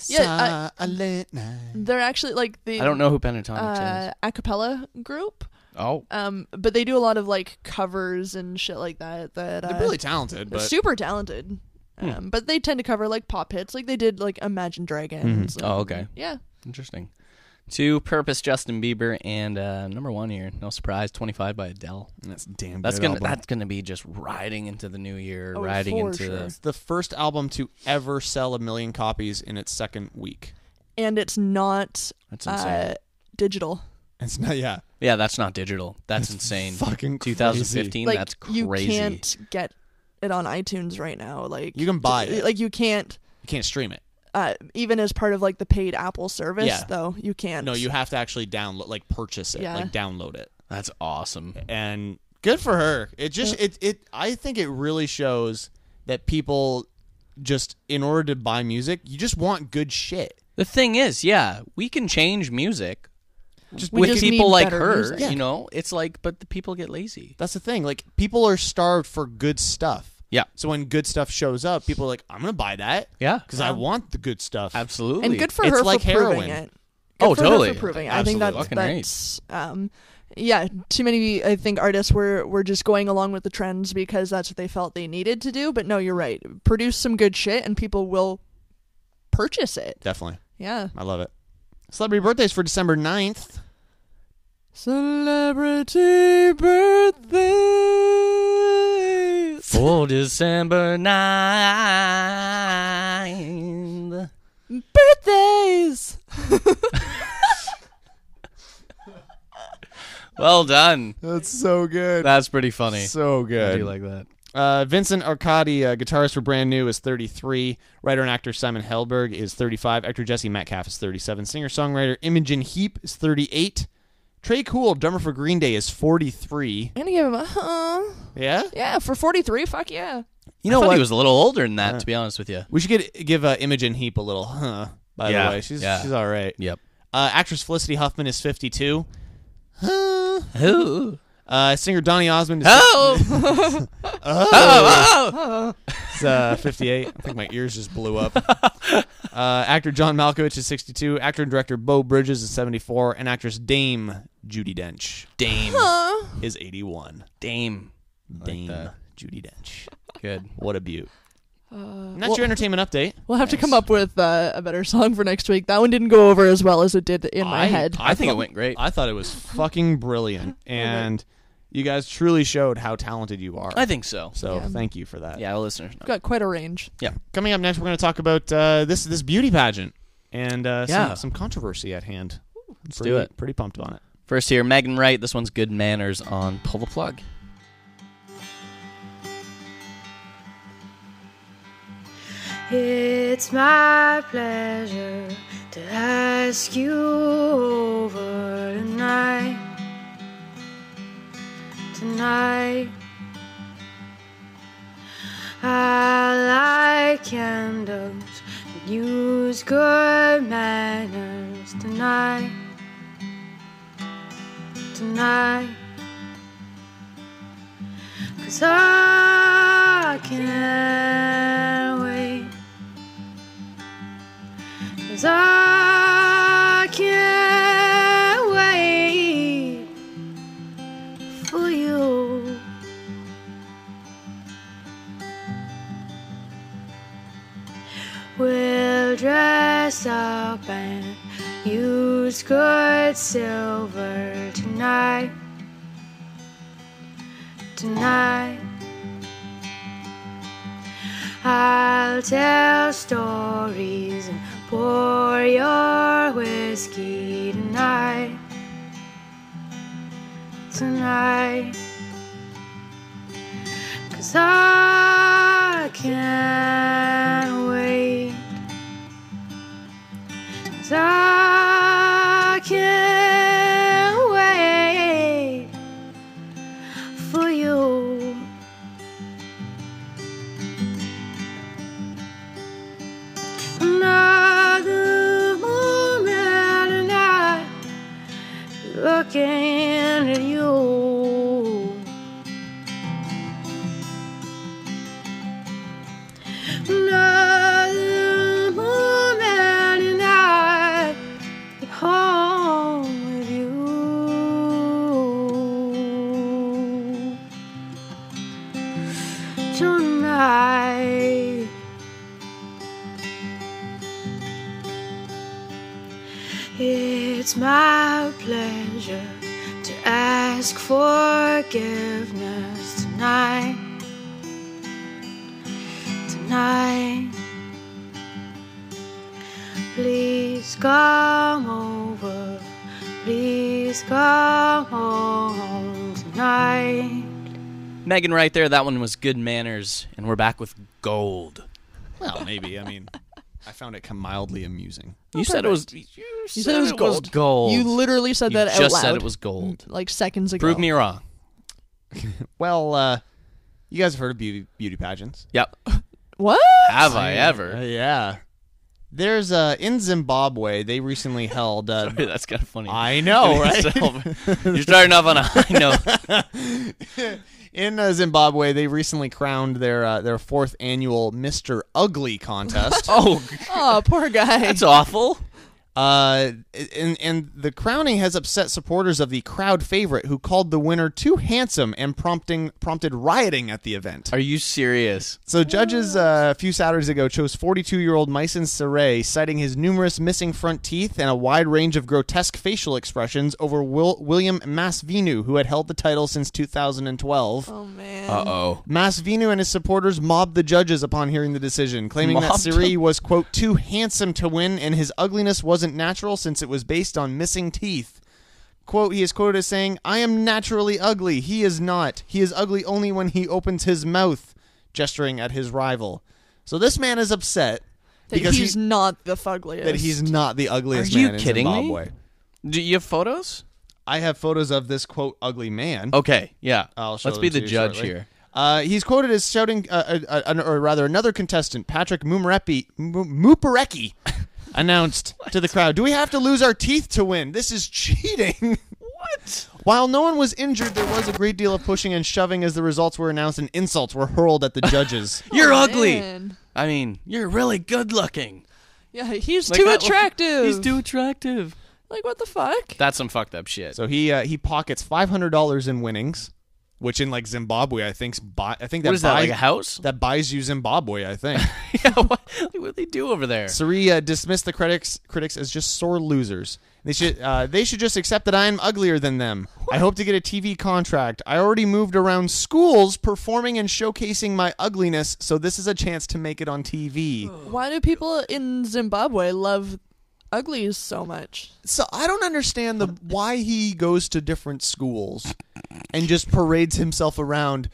[SPEAKER 3] Yeah,
[SPEAKER 1] Silent night.
[SPEAKER 3] They're actually like the
[SPEAKER 4] I don't know who Pentatonics
[SPEAKER 3] uh,
[SPEAKER 4] is.
[SPEAKER 3] a cappella group,
[SPEAKER 4] Oh,
[SPEAKER 3] um, but they do a lot of like covers and shit like that. That uh,
[SPEAKER 10] They're really talented,
[SPEAKER 3] they're
[SPEAKER 10] but
[SPEAKER 3] super talented.
[SPEAKER 4] Hmm.
[SPEAKER 3] Um, but they tend to cover like pop hits, like they did like Imagine Dragons. and-
[SPEAKER 4] Oh, okay.
[SPEAKER 3] Yeah.
[SPEAKER 4] interesting. Two, Purpose, Justin Bieber, and uh, number one here, no surprise, 25 by Adele.
[SPEAKER 1] That's a damn.
[SPEAKER 4] That's
[SPEAKER 1] good
[SPEAKER 4] gonna
[SPEAKER 1] album.
[SPEAKER 4] that's gonna be just riding into the new year,
[SPEAKER 3] Oh,
[SPEAKER 4] riding
[SPEAKER 3] for
[SPEAKER 4] into
[SPEAKER 3] sure.
[SPEAKER 1] It's the first album to ever sell a million copies in its second week.
[SPEAKER 3] And it's not
[SPEAKER 4] that's insane.
[SPEAKER 3] uh, digital.
[SPEAKER 1] It's not yeah.
[SPEAKER 4] yeah, that's not digital. That's insane.
[SPEAKER 1] fucking
[SPEAKER 4] 2015.
[SPEAKER 3] Like
[SPEAKER 4] that's crazy.
[SPEAKER 3] you can't get it on iTunes right now. Like
[SPEAKER 1] You can buy it.
[SPEAKER 3] Like you can't.
[SPEAKER 1] You can't stream it.
[SPEAKER 3] Uh, even as part of like the paid Apple service,
[SPEAKER 1] Yeah.
[SPEAKER 3] though, you can't.
[SPEAKER 1] No, you have to actually download like purchase it,
[SPEAKER 3] Yeah.
[SPEAKER 1] like download it.
[SPEAKER 4] That's awesome.
[SPEAKER 1] and good for her. It just it it I think it really shows that people just in order to buy music, you just want good shit.
[SPEAKER 4] The thing is, yeah, we can change music
[SPEAKER 1] Just
[SPEAKER 3] We
[SPEAKER 4] with
[SPEAKER 3] just
[SPEAKER 4] people
[SPEAKER 3] need
[SPEAKER 4] like
[SPEAKER 3] better
[SPEAKER 4] her.
[SPEAKER 3] music.
[SPEAKER 1] Yeah.
[SPEAKER 4] You know, it's like, but the people get lazy.
[SPEAKER 1] that's the thing. Like people are starved for good stuff.
[SPEAKER 4] Yeah.
[SPEAKER 1] So when good stuff shows up, people are like, "I'm gonna buy that."
[SPEAKER 4] Yeah.
[SPEAKER 1] Because I want the good stuff.
[SPEAKER 4] Absolutely.
[SPEAKER 3] and good for
[SPEAKER 1] It's
[SPEAKER 3] her
[SPEAKER 1] like
[SPEAKER 3] for proving
[SPEAKER 1] heroin.
[SPEAKER 3] it. Good
[SPEAKER 4] Oh,
[SPEAKER 3] for her
[SPEAKER 4] totally.
[SPEAKER 3] For proving it. I
[SPEAKER 4] Absolutely.
[SPEAKER 3] think
[SPEAKER 4] Fucking
[SPEAKER 3] that, that's um, yeah. Too many, I think, artists were were just going along with the trends because that's what they felt they needed to do. But no, you're right. Produce some good shit, and people will purchase it.
[SPEAKER 1] Definitely,
[SPEAKER 3] Yeah.
[SPEAKER 1] I love it. Celebrity birthdays for December 9th.
[SPEAKER 4] Celebrity birthday for December 9th.
[SPEAKER 3] Birthdays.
[SPEAKER 4] Well done.
[SPEAKER 1] That's so good.
[SPEAKER 4] That's pretty funny.
[SPEAKER 1] so
[SPEAKER 4] I
[SPEAKER 1] good.
[SPEAKER 4] do like that.
[SPEAKER 1] Uh, Vincent Arcadi, uh, guitarist for Brand New, is 33. Writer and actor Simon Helberg is 35. Actor Jesse Metcalf is 37. Singer songwriter Imogen Heap is 38. Trey Cool, drummer for Green Day, is 43.
[SPEAKER 3] I'm gonna give him a huh.
[SPEAKER 1] Yeah?
[SPEAKER 3] Yeah, for 43. Fuck yeah.
[SPEAKER 4] You know what? He was a little older than that, to be honest with you.
[SPEAKER 1] We should get, give uh, Imogen Heap a little, huh? By
[SPEAKER 4] Yeah,
[SPEAKER 1] the way, she's,
[SPEAKER 4] yeah.
[SPEAKER 1] she's all right.
[SPEAKER 4] Yep.
[SPEAKER 1] Uh, actress Felicity Huffman is 52. Huh.
[SPEAKER 4] Ooh.
[SPEAKER 1] Uh, singer Donny Osmond is,
[SPEAKER 4] Oh.
[SPEAKER 1] is, uh, 58. I think my ears just blew up. Uh, actor John Malkovich is 62. Actor and director Bo Bridges is 74. And actress Dame Judy Dench
[SPEAKER 4] Dame.
[SPEAKER 1] is 81.
[SPEAKER 4] Dame.
[SPEAKER 1] Dame
[SPEAKER 4] that.
[SPEAKER 1] Judy Dench.
[SPEAKER 4] Good.
[SPEAKER 1] What a beaut. And that's your entertainment update.
[SPEAKER 3] Uh, We'll have to come up with uh, a better song for next week. That one didn't go over as well as it did in my head.
[SPEAKER 4] I think it
[SPEAKER 1] thought-
[SPEAKER 4] went great.
[SPEAKER 1] I thought it was fucking brilliant. And you guys truly showed how talented you are.
[SPEAKER 4] I think so.
[SPEAKER 1] so thank you for that.
[SPEAKER 4] Yeah, our listeners. know.
[SPEAKER 3] Got quite a range.
[SPEAKER 1] Coming up next, we're going to talk about uh, this this beauty pageant and uh,
[SPEAKER 4] Yeah.
[SPEAKER 1] some, some controversy at hand. Let's
[SPEAKER 4] do it.
[SPEAKER 1] Pretty pumped on it.
[SPEAKER 4] First here, Megan Wright. This one's Good Manners on Pull the Plug.
[SPEAKER 7] It's my pleasure to ask you over tonight. Tonight, I light candles and use good manners tonight. Tonight. Cause I can't wait. Cause I can't wait for you. We'll dress. dress up and use good silver tonight. Tonight. I'll tell stories and pour your whiskey tonight. Tonight. Cause I can't wait. Cause I can't wait for you. Another moment and I looking at you. Another moment and I be home with you tonight. It's my pleasure to ask forgiveness tonight. Tonight. Please come over. Please come home tonight.
[SPEAKER 4] Megan, right there. That one was good manners, and we're back with gold.
[SPEAKER 1] Well, maybe. I mean, I found it mildly amusing.
[SPEAKER 4] You said it was. You,
[SPEAKER 3] You said it was gold.
[SPEAKER 4] gold.
[SPEAKER 3] You literally said
[SPEAKER 4] You
[SPEAKER 3] that out
[SPEAKER 4] just said
[SPEAKER 3] loud,
[SPEAKER 4] it was gold.
[SPEAKER 3] like seconds ago.
[SPEAKER 4] Prove me wrong.
[SPEAKER 1] Well, uh, you guys have heard of beauty beauty pageants?
[SPEAKER 4] Yep.
[SPEAKER 3] What?
[SPEAKER 4] Have I ever?
[SPEAKER 1] Uh, yeah. There's uh in Zimbabwe they recently held uh,
[SPEAKER 4] Sorry, that's kind of funny.
[SPEAKER 1] I know, right?
[SPEAKER 4] You're starting off on a high note.
[SPEAKER 1] in uh, Zimbabwe they recently crowned their uh, their fourth annual Mr. Ugly contest.
[SPEAKER 4] Oh,
[SPEAKER 3] Oh, poor guy.
[SPEAKER 4] that's awful.
[SPEAKER 1] Uh, and and the crowning has upset supporters of the crowd favorite who called the winner too handsome and prompting prompted rioting at the event.
[SPEAKER 4] Are you serious?
[SPEAKER 1] So judges uh, a few Saturdays ago chose 42-year-old Myson Saray, citing his numerous missing front teeth and a wide range of grotesque facial expressions over Will- William Masvinu, who had held the title since 2012.
[SPEAKER 3] oh man.
[SPEAKER 4] Uh oh.
[SPEAKER 1] Masvinu and his supporters mobbed the judges upon hearing the decision, claiming that
[SPEAKER 4] Mobbed
[SPEAKER 1] Siri was, quote, too handsome to win and his ugliness wasn't natural since it was based on missing teeth. Quote, he is quoted as saying, I am naturally ugly. He is not. He is ugly only when he opens his mouth, gesturing at his rival. So this man is upset
[SPEAKER 3] that
[SPEAKER 1] because
[SPEAKER 3] he's
[SPEAKER 1] he-
[SPEAKER 3] not the fuggliest.
[SPEAKER 1] that he's not the ugliest
[SPEAKER 4] Are you
[SPEAKER 1] man in
[SPEAKER 4] kidding me?
[SPEAKER 1] Zimbabwe.
[SPEAKER 4] Do you have photos?
[SPEAKER 1] I have photos of this, quote, ugly man.
[SPEAKER 4] Okay. Yeah.
[SPEAKER 1] I'll show
[SPEAKER 4] Let's be
[SPEAKER 1] them
[SPEAKER 4] the
[SPEAKER 1] to you
[SPEAKER 4] judge
[SPEAKER 1] shortly.
[SPEAKER 4] here.
[SPEAKER 1] Uh, he's quoted as shouting, uh, uh, uh, or rather, another contestant, Patrick Mumarepi, Mu- Muparecki, announced to the crowd, "Do we have to lose our teeth to win? This is cheating." What? While no one was injured, there was a great deal of pushing and shoving as the results were announced and insults were hurled at the judges.
[SPEAKER 4] You're ugly.
[SPEAKER 3] Oh, Man.
[SPEAKER 4] I mean, you're really good looking.
[SPEAKER 3] Yeah, he's
[SPEAKER 4] Like
[SPEAKER 3] too
[SPEAKER 4] that-
[SPEAKER 3] attractive.
[SPEAKER 4] He's too attractive.
[SPEAKER 3] like what the fuck?
[SPEAKER 4] That's some fucked up shit.
[SPEAKER 1] so he uh, he pockets five hundred dollars in winnings, which in like Zimbabwe, I think's buy- I think that
[SPEAKER 4] what is that?
[SPEAKER 1] buys-
[SPEAKER 4] Like a house?
[SPEAKER 1] that buys you Zimbabwe, I think.
[SPEAKER 4] yeah. What, like, what do they do over there?
[SPEAKER 1] Saria dismissed the critics critics as just sore losers. They should uh, they should just accept that I am uglier than them. I hope to get a TV contract. I already moved around schools performing and showcasing my ugliness, so this is a chance to make it on TV.
[SPEAKER 3] Why do people in Zimbabwe love uglies so much?
[SPEAKER 1] So I don't understand the why he goes to different schools and just parades himself around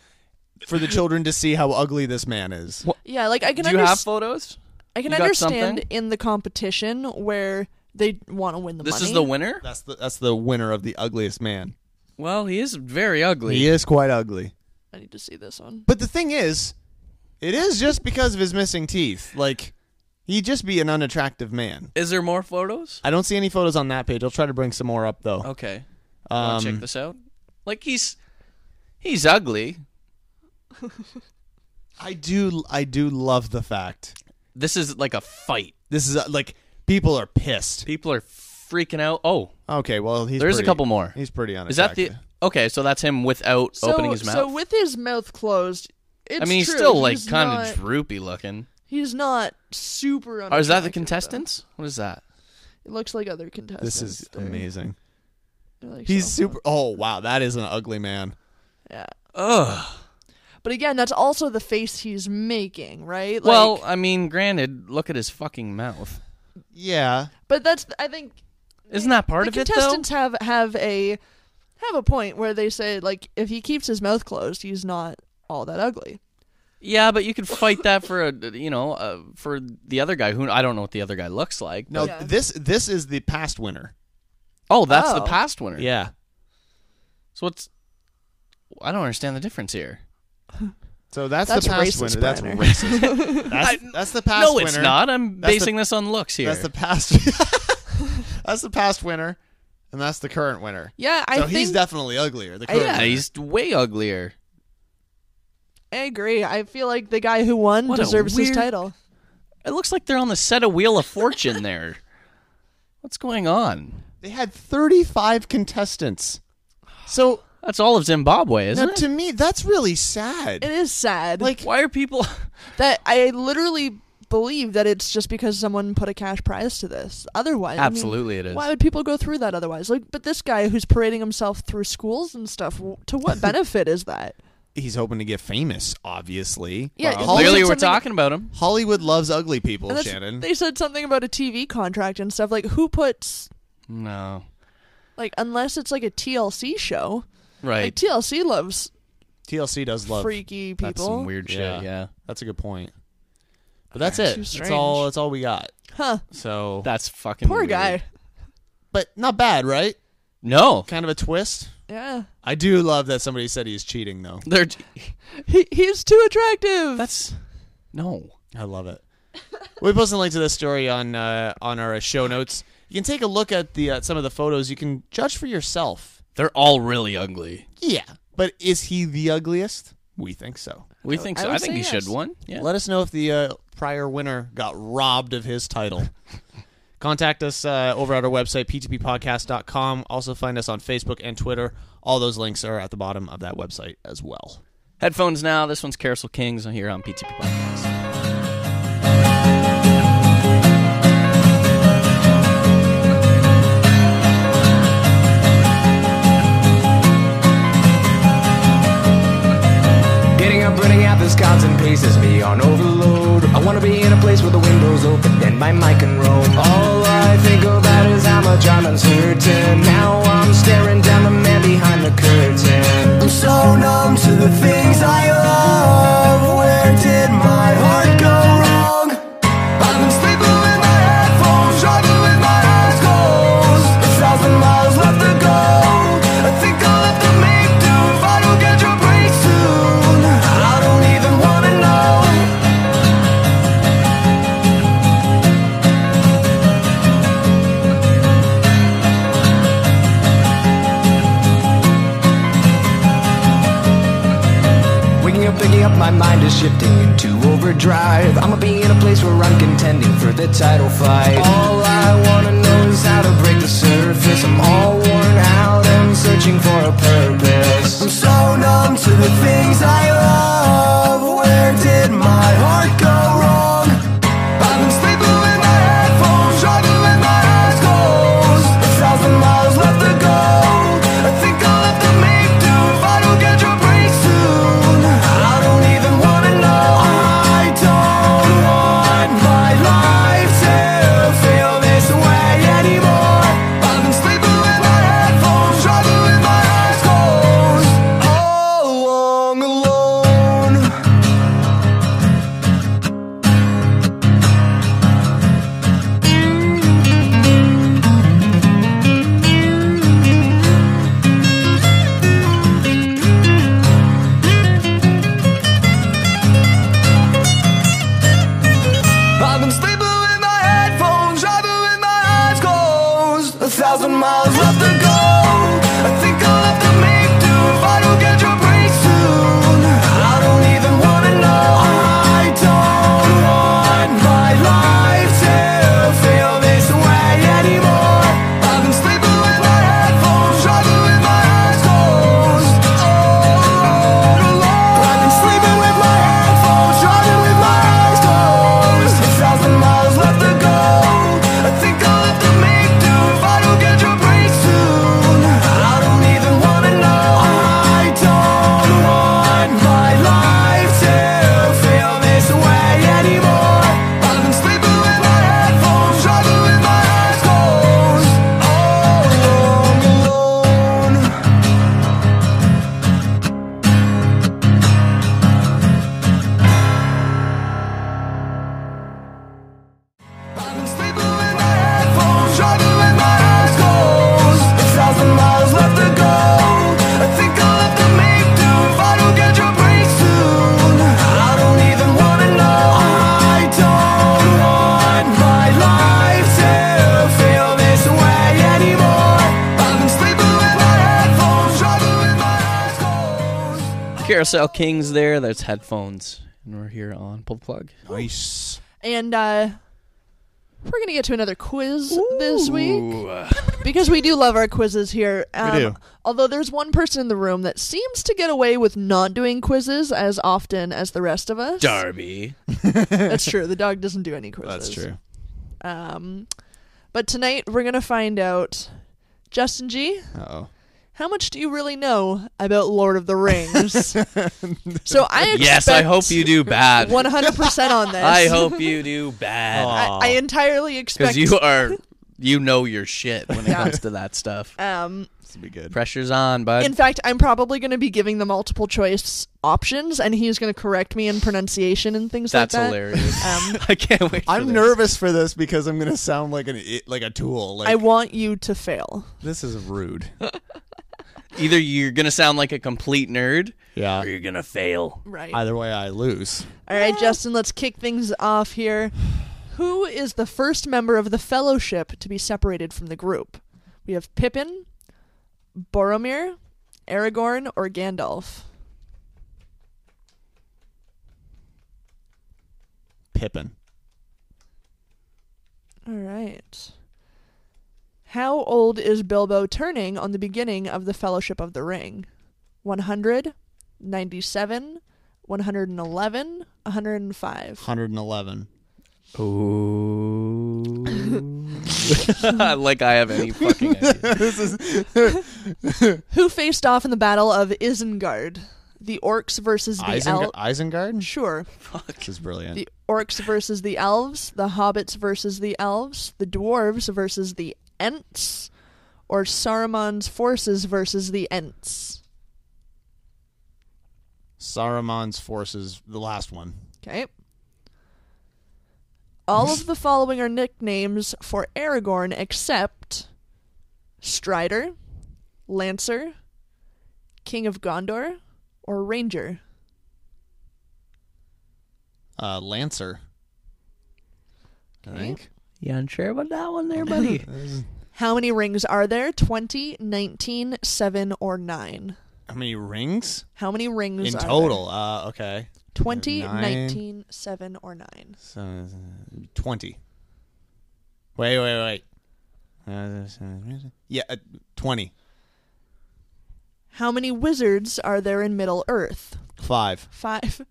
[SPEAKER 1] for the children to see how ugly this man is.
[SPEAKER 3] Yeah, like I can
[SPEAKER 4] do you have
[SPEAKER 3] understand.
[SPEAKER 4] photos?
[SPEAKER 3] I can
[SPEAKER 4] you got
[SPEAKER 3] understand
[SPEAKER 4] something?
[SPEAKER 3] in the competition where they want to win the
[SPEAKER 4] This
[SPEAKER 3] money.
[SPEAKER 4] is the winner.
[SPEAKER 1] That's the that's the winner of the ugliest man.
[SPEAKER 4] Well, he is very ugly.
[SPEAKER 1] He is quite ugly.
[SPEAKER 3] I need to see this one.
[SPEAKER 1] But the thing is, it is just because of his missing teeth. Like, he'd just be an unattractive man.
[SPEAKER 4] Is there more photos?
[SPEAKER 1] I don't see any photos on that page. I'll try to bring some more up though.
[SPEAKER 4] Okay. Wanna
[SPEAKER 1] Um,
[SPEAKER 4] check this out. Like he's he's ugly.
[SPEAKER 1] I do, I do love the fact
[SPEAKER 4] This is like a fight.
[SPEAKER 1] this is uh, like people are pissed.
[SPEAKER 4] People are freaking out. Oh,
[SPEAKER 1] Okay, well he's
[SPEAKER 4] There's a
[SPEAKER 1] pretty-
[SPEAKER 4] couple more.
[SPEAKER 1] He's pretty
[SPEAKER 4] is that
[SPEAKER 1] unattractive.
[SPEAKER 4] the Okay, so that's him without
[SPEAKER 3] So,
[SPEAKER 4] opening his mouth.
[SPEAKER 3] so with his mouth closed, it's
[SPEAKER 4] I mean, he's
[SPEAKER 3] true,
[SPEAKER 4] still like
[SPEAKER 3] he's
[SPEAKER 4] kind
[SPEAKER 3] not-
[SPEAKER 4] of droopy looking.
[SPEAKER 3] He's not super.
[SPEAKER 4] Or Oh, is that
[SPEAKER 3] unattractive,
[SPEAKER 4] the
[SPEAKER 3] though.
[SPEAKER 4] contestants? What is that?
[SPEAKER 3] It looks like other contestants.
[SPEAKER 1] This is
[SPEAKER 3] They're-
[SPEAKER 1] amazing.
[SPEAKER 3] they're like
[SPEAKER 1] He's
[SPEAKER 3] so-
[SPEAKER 1] super. Oh wow, that is an ugly man.
[SPEAKER 3] Yeah.
[SPEAKER 4] Ugh.
[SPEAKER 3] But again, that's also the face he's making, right? Like,
[SPEAKER 4] well, I mean, granted, look at his fucking mouth.
[SPEAKER 1] Yeah,
[SPEAKER 3] but that's I think
[SPEAKER 4] Isn't that part
[SPEAKER 3] the
[SPEAKER 4] of it though?
[SPEAKER 3] contestants have have a have a point where they say like if he keeps his mouth closed, he's not all that ugly.
[SPEAKER 4] Yeah, but you could fight that for a you know uh, for the other guy who I don't know what the other guy looks like.
[SPEAKER 1] no,
[SPEAKER 3] Yeah.
[SPEAKER 1] this this is the past winner.
[SPEAKER 4] Oh, that's the
[SPEAKER 3] Oh.
[SPEAKER 4] past winner.
[SPEAKER 1] Yeah,
[SPEAKER 4] So what's? I don't understand the difference here.
[SPEAKER 1] so that's,
[SPEAKER 3] That's
[SPEAKER 1] the past
[SPEAKER 3] racist,
[SPEAKER 1] winner. That's
[SPEAKER 3] Brenner.
[SPEAKER 1] racist. that's, that's the past.
[SPEAKER 4] no,
[SPEAKER 1] winner.
[SPEAKER 4] it's not. I'm
[SPEAKER 1] That's the-
[SPEAKER 4] basing this on looks here.
[SPEAKER 1] That's the past. that's the past winner, and that's the current winner.
[SPEAKER 3] Yeah, I
[SPEAKER 1] so
[SPEAKER 3] think
[SPEAKER 1] he's definitely uglier. The
[SPEAKER 3] I-
[SPEAKER 1] current
[SPEAKER 4] yeah,
[SPEAKER 1] winner.
[SPEAKER 4] he's way uglier.
[SPEAKER 3] I agree. I feel like the guy who won
[SPEAKER 4] What a
[SPEAKER 3] deserves his
[SPEAKER 4] weird-
[SPEAKER 3] title.
[SPEAKER 4] It looks like they're on the set of Wheel of Fortune there. What's going on?
[SPEAKER 1] They had 35 contestants. So
[SPEAKER 4] That's all of Zimbabwe,
[SPEAKER 1] now,
[SPEAKER 4] isn't it?
[SPEAKER 1] to me, that's really sad.
[SPEAKER 3] It is sad.
[SPEAKER 1] Like-
[SPEAKER 4] Why are people?
[SPEAKER 3] that I literally believe that it's just because someone put a cash prize to this. Otherwise, I mean,
[SPEAKER 4] Absolutely, it is.
[SPEAKER 3] Why would people go through that otherwise? Like, but this guy who's parading himself through schools and stuff, w- to what benefit is that?
[SPEAKER 1] He's hoping to get famous, obviously.
[SPEAKER 3] Yeah, Well,
[SPEAKER 1] Hollywood,
[SPEAKER 3] Hollywood-
[SPEAKER 4] Clearly, we're
[SPEAKER 3] something-
[SPEAKER 4] talking about him.
[SPEAKER 1] Hollywood loves ugly people,
[SPEAKER 3] And that's-
[SPEAKER 1] Shannon.
[SPEAKER 3] They said something about a TV contract and stuff. Like, who puts
[SPEAKER 4] No,
[SPEAKER 3] like unless it's like a TLC show? Like
[SPEAKER 4] right?
[SPEAKER 3] TLC loves
[SPEAKER 1] TLC does love.
[SPEAKER 3] freaky people.
[SPEAKER 4] That's some weird
[SPEAKER 1] Yeah.
[SPEAKER 4] shit. Yeah,
[SPEAKER 1] That's a good point. But that's
[SPEAKER 3] Okay.
[SPEAKER 1] it.
[SPEAKER 3] Too
[SPEAKER 1] That's
[SPEAKER 3] strange.
[SPEAKER 1] all. That's all we got.
[SPEAKER 3] Huh?
[SPEAKER 1] So,
[SPEAKER 4] that's fucking
[SPEAKER 3] Poor
[SPEAKER 4] weird.
[SPEAKER 3] guy.
[SPEAKER 1] but not bad, right?
[SPEAKER 4] No,
[SPEAKER 1] Kind of a twist.
[SPEAKER 3] Yeah.
[SPEAKER 1] I do love that somebody said he's cheating, though.
[SPEAKER 4] they're
[SPEAKER 3] He, he's too attractive.
[SPEAKER 4] that's no.
[SPEAKER 1] I love it. we posted a link to this story on uh, on our show notes. You can take a look at the uh, some of the photos. You can judge for yourself.
[SPEAKER 4] They're all really ugly.
[SPEAKER 1] Yeah, but is he the ugliest? We think so.
[SPEAKER 4] We think
[SPEAKER 3] I
[SPEAKER 4] so. I,
[SPEAKER 3] would
[SPEAKER 4] think
[SPEAKER 3] say
[SPEAKER 4] he
[SPEAKER 3] yes.
[SPEAKER 4] should one. Yeah.
[SPEAKER 1] Let us know if the uh, prior winner got robbed of his title. Contact us uh, over at our website, ptppodcast.com. Also, find us on Facebook and Twitter. All those links are at the bottom of that website as well.
[SPEAKER 4] Headphones now. This one's Carousel Kings here on PTP Podcast.
[SPEAKER 11] Getting up, running out, this constant pace is me on overload. I wanna be in a place where the window's open and my mic can roam. All I think about is how much I'm uncertain. Now I'm staring down the man behind the curtain. I'm so numb to the things I love. Where did my heart go wrong? I've been sleeping with my headphones, driving with my eyes closed. A thousand miles left to go. I think I'll have to make do if I don't get your break soon. I don't even wanna know. Waking up, picking up, my mind is shifting into overdrive. I'ma be in a place where I'm contending for the title fight. All I wanna know is how to break the surface. I'm all worn out and searching for a purpose. I'm so numb to the things I love. Where did my heart go wrong? I've been sleeping with my headphones, driving with my eyes closed. A thousand miles left to go. I think I'll have to make do if I don't get your break soon. I don't even wanna know. I don't want my life to feel this way anymore. I've been sleeping with my headphones, driving with my eyes closed.
[SPEAKER 4] Carousel Kings there. That's headphones. And we're here on Pull the Plug.
[SPEAKER 1] Nice.
[SPEAKER 3] And uh, we're going to get to another quiz this week because we do love our quizzes here. Um,
[SPEAKER 1] do.
[SPEAKER 3] Although there's one person in the room that seems to get away with not doing quizzes as often as the rest of us.
[SPEAKER 4] Darby.
[SPEAKER 3] That's true. The dog doesn't do any quizzes.
[SPEAKER 1] That's true.
[SPEAKER 3] Um, but tonight we're going to find out, Justin G,
[SPEAKER 1] Uh oh.
[SPEAKER 3] how much do you really know about Lord of the Rings? so I expect
[SPEAKER 4] Yes, I hope you do bad.
[SPEAKER 3] 100% on this.
[SPEAKER 4] I hope you do bad.
[SPEAKER 3] I, I entirely expect
[SPEAKER 4] Because you are, you know your shit when it
[SPEAKER 3] Yeah.
[SPEAKER 4] comes to that stuff.
[SPEAKER 3] um
[SPEAKER 1] This will be good.
[SPEAKER 4] Pressure's on, bud.
[SPEAKER 3] in fact I'm probably going to be giving the multiple choice options and he's going to correct me in pronunciation and things
[SPEAKER 4] That's
[SPEAKER 3] like that.
[SPEAKER 4] hilarious.
[SPEAKER 3] Um
[SPEAKER 4] I can't wait. for
[SPEAKER 1] I'm
[SPEAKER 4] this.
[SPEAKER 1] nervous for this because I'm gonna sound like an i- like a tool. Like
[SPEAKER 3] I want you to fail.
[SPEAKER 1] this is rude.
[SPEAKER 4] Either you're gonna sound like a complete nerd,
[SPEAKER 1] yeah.
[SPEAKER 4] or you're gonna fail.
[SPEAKER 3] Right.
[SPEAKER 1] Either way, I lose.
[SPEAKER 3] All right, Justin, let's kick things off here. Who is the first member of the fellowship to be separated from the group? We have Pippin, Boromir, Aragorn, or Gandalf.
[SPEAKER 1] Pippin.
[SPEAKER 3] All right. How old is Bilbo turning on the beginning of the Fellowship of the Ring? 100, 97, 111, 105.
[SPEAKER 1] 111.
[SPEAKER 4] like I have any fucking idea.
[SPEAKER 3] Who faced off in the Battle of Isengard? The orcs versus the
[SPEAKER 1] Isengard.
[SPEAKER 3] elves.
[SPEAKER 1] Isengard.
[SPEAKER 3] Sure.
[SPEAKER 1] This is brilliant.
[SPEAKER 3] The orcs versus the elves, the hobbits versus the elves, the dwarves versus the Ents, or Saruman's forces versus the Ents.
[SPEAKER 1] Saruman's forces. The last one.
[SPEAKER 3] Okay. All of the following are nicknames for Aragorn except Strider, Lancer, King of Gondor, or Ranger.
[SPEAKER 1] Uh, Lancer. I think.
[SPEAKER 4] You unsure about that one there, buddy?
[SPEAKER 3] How many rings are there? 20, 19, 7, or 9?
[SPEAKER 1] How many rings
[SPEAKER 3] How many rings
[SPEAKER 1] in
[SPEAKER 3] are there?
[SPEAKER 1] total? Uh, okay.
[SPEAKER 3] 20,
[SPEAKER 1] Nine.
[SPEAKER 3] 19, 7, or 9.
[SPEAKER 1] So, uh, twenty. Wait, wait, wait. Uh, Yeah, uh, twenty.
[SPEAKER 3] How many wizards are there in Middle Earth?
[SPEAKER 1] Five.
[SPEAKER 3] Five,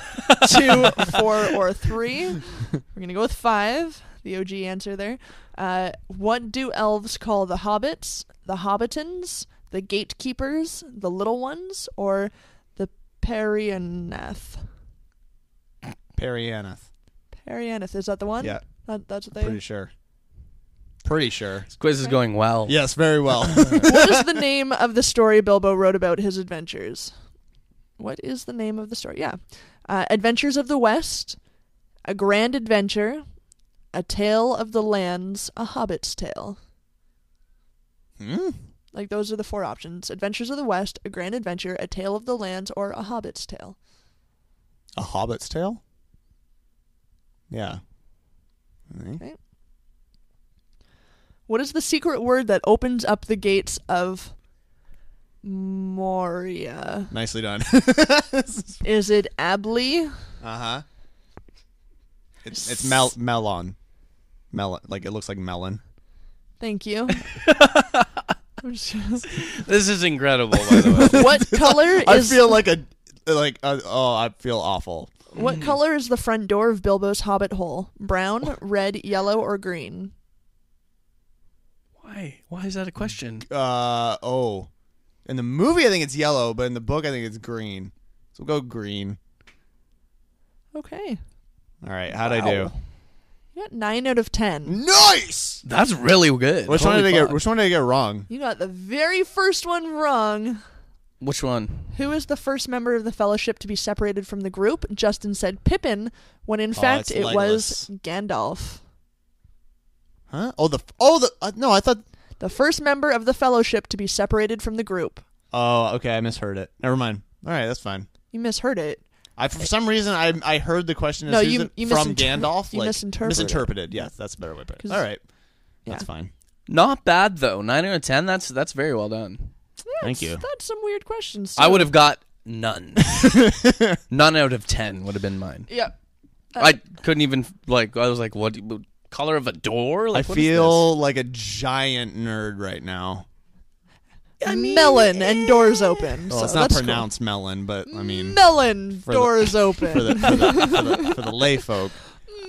[SPEAKER 3] two, four, or three? We're going to go with five, the OG answer there. Uh, what do elves call the hobbits, the hobbitons, the gatekeepers, the little ones, or the Perianath?
[SPEAKER 1] Perianath.
[SPEAKER 3] Perianath, is that the one?
[SPEAKER 1] Yeah.
[SPEAKER 3] That, that's what they.
[SPEAKER 1] Pretty sure. Pretty sure.
[SPEAKER 4] This quiz is going well.
[SPEAKER 1] Yes, very well.
[SPEAKER 3] what is the name of the story Bilbo wrote about his adventures? What is the name of the story? Yeah. Uh, adventures of the West, A Grand Adventure, A Tale of the Lands, A Hobbit's Tale.
[SPEAKER 1] Hmm?
[SPEAKER 3] Like, those are the four options Adventures of the West, A Grand Adventure, A Tale of the Lands, or A Hobbit's Tale.
[SPEAKER 1] A Hobbit's Tale? Yeah.
[SPEAKER 3] What is the secret word that opens up the gates of Moria?
[SPEAKER 1] Nicely done.
[SPEAKER 3] Is it Abli?
[SPEAKER 1] uh huh. It's, it's mel- melon. Melon. Like, it looks like melon.
[SPEAKER 3] Thank you. I'm just-
[SPEAKER 4] This is incredible, by the way.
[SPEAKER 3] what color
[SPEAKER 1] I
[SPEAKER 3] is
[SPEAKER 1] feel Mm. like a. Like, uh, oh, I feel awful.
[SPEAKER 3] what color is the front door of Bilbo's hobbit hole? Brown, red, yellow, or green?
[SPEAKER 4] Why? Why is that a question?
[SPEAKER 1] Uh, oh. In the movie, I think it's yellow, but in the book, I think it's green. So we'll go green.
[SPEAKER 3] Okay.
[SPEAKER 1] All right, how'd I do?
[SPEAKER 3] You got nine out of
[SPEAKER 1] Mm.
[SPEAKER 3] ten.
[SPEAKER 1] Nice!
[SPEAKER 4] That's really good.
[SPEAKER 1] Which one,
[SPEAKER 4] Holy
[SPEAKER 1] did I get,
[SPEAKER 4] fuck.
[SPEAKER 1] which one did I get wrong?
[SPEAKER 3] You got the very first one wrong.
[SPEAKER 4] Which one?
[SPEAKER 3] Who is the first member of the fellowship to be separated from the group? Justin said Pippin, when in fact
[SPEAKER 1] it's
[SPEAKER 3] it was
[SPEAKER 1] Legolas.
[SPEAKER 3] Gandalf.
[SPEAKER 1] Huh? Oh, the. Oh, the. Uh, no, I thought.
[SPEAKER 3] The first member of the fellowship to be separated from the group.
[SPEAKER 1] Oh, okay. I misheard it. Never mind. All right, that's fine.
[SPEAKER 3] You misheard it.
[SPEAKER 1] I for some reason I I heard the question as
[SPEAKER 3] No,
[SPEAKER 1] who's
[SPEAKER 3] you-
[SPEAKER 1] it
[SPEAKER 3] you
[SPEAKER 1] from
[SPEAKER 3] misinter-
[SPEAKER 1] Gandalf.
[SPEAKER 3] you
[SPEAKER 1] like,
[SPEAKER 3] misinterpreted.
[SPEAKER 1] Misinterpreted. Yes, that's a better way to put it.
[SPEAKER 3] 'Cause-
[SPEAKER 1] All right,
[SPEAKER 3] Yeah.
[SPEAKER 1] that's fine.
[SPEAKER 4] Not bad though. Nine out of ten. That's that's very well done.
[SPEAKER 3] Yeah, it's-
[SPEAKER 1] Thank you.
[SPEAKER 3] That's some weird questions.
[SPEAKER 4] I would have got None. None out of ten would have been mine.
[SPEAKER 3] Yeah.
[SPEAKER 1] Uh,
[SPEAKER 4] I couldn't even like. I was like, what? Color of a door? Like,
[SPEAKER 1] I
[SPEAKER 4] what is
[SPEAKER 1] feel like a giant nerd right now.
[SPEAKER 3] melon and doors open.
[SPEAKER 1] Well,
[SPEAKER 3] so
[SPEAKER 1] it's not
[SPEAKER 3] that's
[SPEAKER 1] pronounced melon, but I mean
[SPEAKER 3] cool. melon
[SPEAKER 1] for the-
[SPEAKER 3] doors open.
[SPEAKER 1] for the, for, the, for, the, for the lay folk.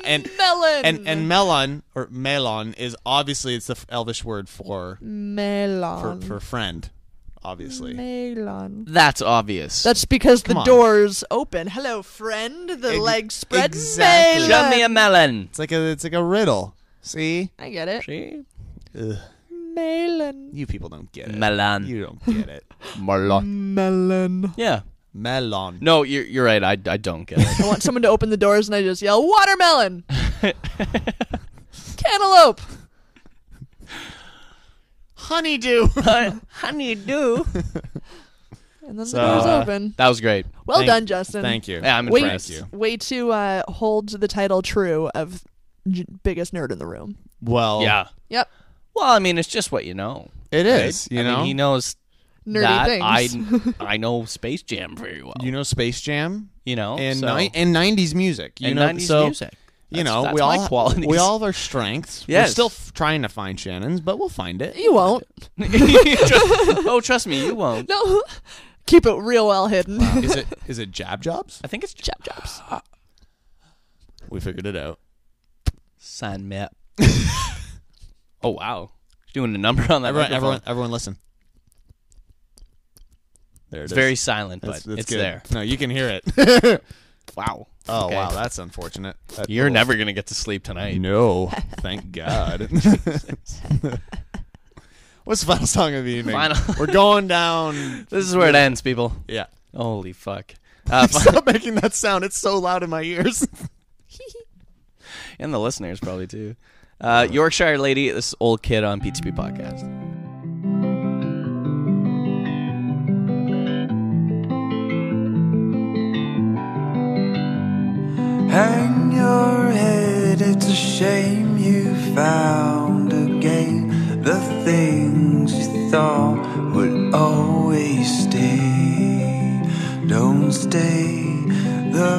[SPEAKER 1] And
[SPEAKER 3] melon
[SPEAKER 1] and and melon or melon is obviously it's the f- Elvish word for for,
[SPEAKER 3] melon.
[SPEAKER 1] for friend, obviously.
[SPEAKER 3] melon.
[SPEAKER 4] this? That's obvious.
[SPEAKER 3] That's because
[SPEAKER 1] Come
[SPEAKER 3] the
[SPEAKER 1] on.
[SPEAKER 3] doors open. Hello, friend. The
[SPEAKER 1] Ex-
[SPEAKER 3] legs spread.
[SPEAKER 1] exactly.
[SPEAKER 4] Show
[SPEAKER 3] Melon.
[SPEAKER 4] me a melon.
[SPEAKER 1] It's like a it's like a riddle. See,
[SPEAKER 3] I get it.
[SPEAKER 1] Ugh,
[SPEAKER 3] Melon.
[SPEAKER 1] you people don't get it.
[SPEAKER 4] Melon.
[SPEAKER 1] You don't get it.
[SPEAKER 4] Melon.
[SPEAKER 3] Melon.
[SPEAKER 4] Yeah.
[SPEAKER 1] melon.
[SPEAKER 4] No, you're you're right. I, I don't get it.
[SPEAKER 3] I want someone to open the doors and I just yell, watermelon! Cantaloupe!
[SPEAKER 1] Honeydew.
[SPEAKER 4] Honeydew.
[SPEAKER 3] And then
[SPEAKER 1] So,
[SPEAKER 3] the doors
[SPEAKER 1] uh,
[SPEAKER 3] open.
[SPEAKER 4] That was great.
[SPEAKER 3] Well
[SPEAKER 1] thank-
[SPEAKER 3] done, Justin.
[SPEAKER 1] Thank you.
[SPEAKER 4] Yeah, I'm
[SPEAKER 3] Way,
[SPEAKER 4] impressed.
[SPEAKER 3] way to uh, hold the title true of j- biggest nerd in the room.
[SPEAKER 1] Well,
[SPEAKER 4] Yeah.
[SPEAKER 3] Yep.
[SPEAKER 4] Well, I mean, it's just what you know.
[SPEAKER 1] it is.
[SPEAKER 4] right?
[SPEAKER 1] You
[SPEAKER 4] I mean,
[SPEAKER 1] know,
[SPEAKER 4] he knows
[SPEAKER 3] Nerdy
[SPEAKER 4] that
[SPEAKER 3] things.
[SPEAKER 4] I I know Space Jam very well.
[SPEAKER 1] you know Space Jam
[SPEAKER 4] You know,
[SPEAKER 1] and
[SPEAKER 4] Oh, so-
[SPEAKER 1] ni- and nineties music. You
[SPEAKER 4] and
[SPEAKER 1] know,
[SPEAKER 4] 90s
[SPEAKER 1] so
[SPEAKER 4] music.
[SPEAKER 1] you
[SPEAKER 4] That's-
[SPEAKER 1] know
[SPEAKER 4] that's
[SPEAKER 1] we
[SPEAKER 4] my
[SPEAKER 1] all
[SPEAKER 4] qualities.
[SPEAKER 1] we all have our strengths.
[SPEAKER 4] Yes.
[SPEAKER 1] We're still f- trying to find Shannon's, but we'll find it.
[SPEAKER 3] You won't.
[SPEAKER 4] oh, trust me, you won't.
[SPEAKER 3] No. Keep it real well hidden.
[SPEAKER 1] is it is it Jab Jobs?
[SPEAKER 4] I think it's
[SPEAKER 3] Jab jabs.
[SPEAKER 1] We figured it out.
[SPEAKER 4] sign map. oh wow, doing a number on that.
[SPEAKER 1] Everyone,
[SPEAKER 4] microphone.
[SPEAKER 1] everyone, everyone, listen. There it
[SPEAKER 4] It's
[SPEAKER 1] is.
[SPEAKER 4] very silent, but
[SPEAKER 1] That's- that's
[SPEAKER 4] it's
[SPEAKER 1] good.
[SPEAKER 4] there.
[SPEAKER 1] No, you can hear it.
[SPEAKER 4] Wow.
[SPEAKER 1] oh
[SPEAKER 4] Okay.
[SPEAKER 1] wow, that's unfortunate. That
[SPEAKER 4] You're
[SPEAKER 1] little-
[SPEAKER 4] never gonna get to sleep tonight.
[SPEAKER 1] No, thank God. What's the final song of the evening?
[SPEAKER 4] Final-
[SPEAKER 1] We're going down.
[SPEAKER 4] This is where it ends, people.
[SPEAKER 1] Yeah.
[SPEAKER 4] Holy fuck. Uh, fi-
[SPEAKER 1] Stop making that sound. It's so loud in my ears.
[SPEAKER 4] and the listeners probably too. Uh, Yorkshire Lady, this old kid on PTP podcast.
[SPEAKER 12] Hang your head, it's a shame you found again the things you thought would always stay. Don't stay the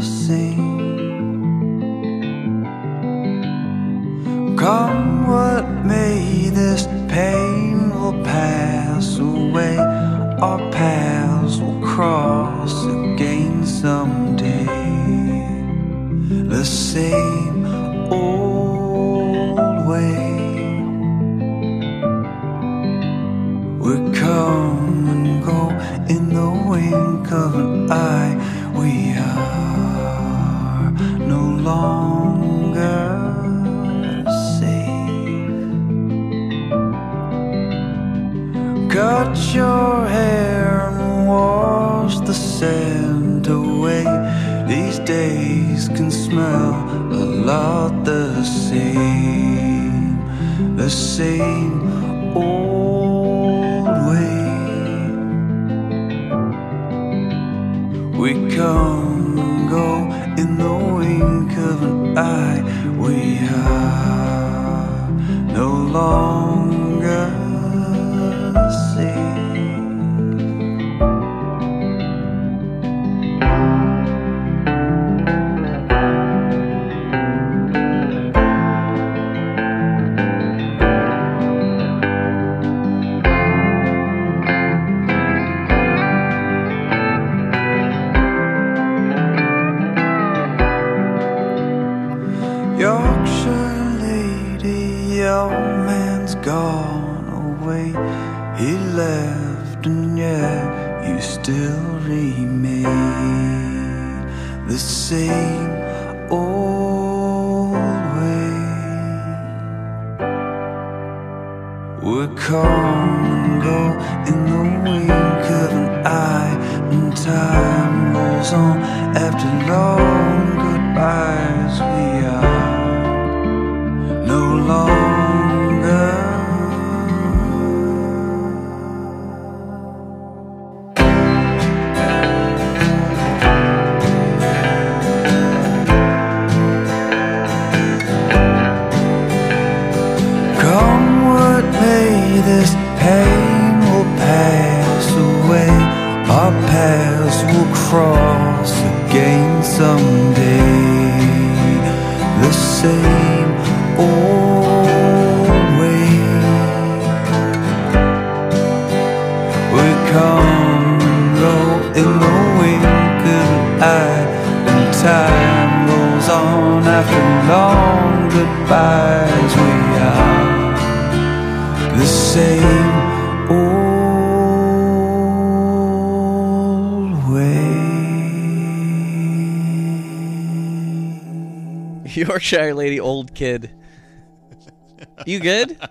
[SPEAKER 12] same. Come what may, this pain will pass away. Our paths will cross again someday. The same old way. We come and go in the wink of an eye. We are no longer safe. Cut your hair and wash the sand away. These days can smell a lot the same, the same old way. We come and go in the wink of an eye. We are no longer safe. Yorkshire lady, your man's gone away. He left, and yet you still remain the same old way. We're and go in the wink of an eye, and time rolls on after long goodbyes. We are no longer. Come what may, this pain will pass someday the same old way would come and go in the wink of an eye, and time rolls on after long goodbyes. We are the same old way.
[SPEAKER 4] Yorkshire lady, old kid. You good?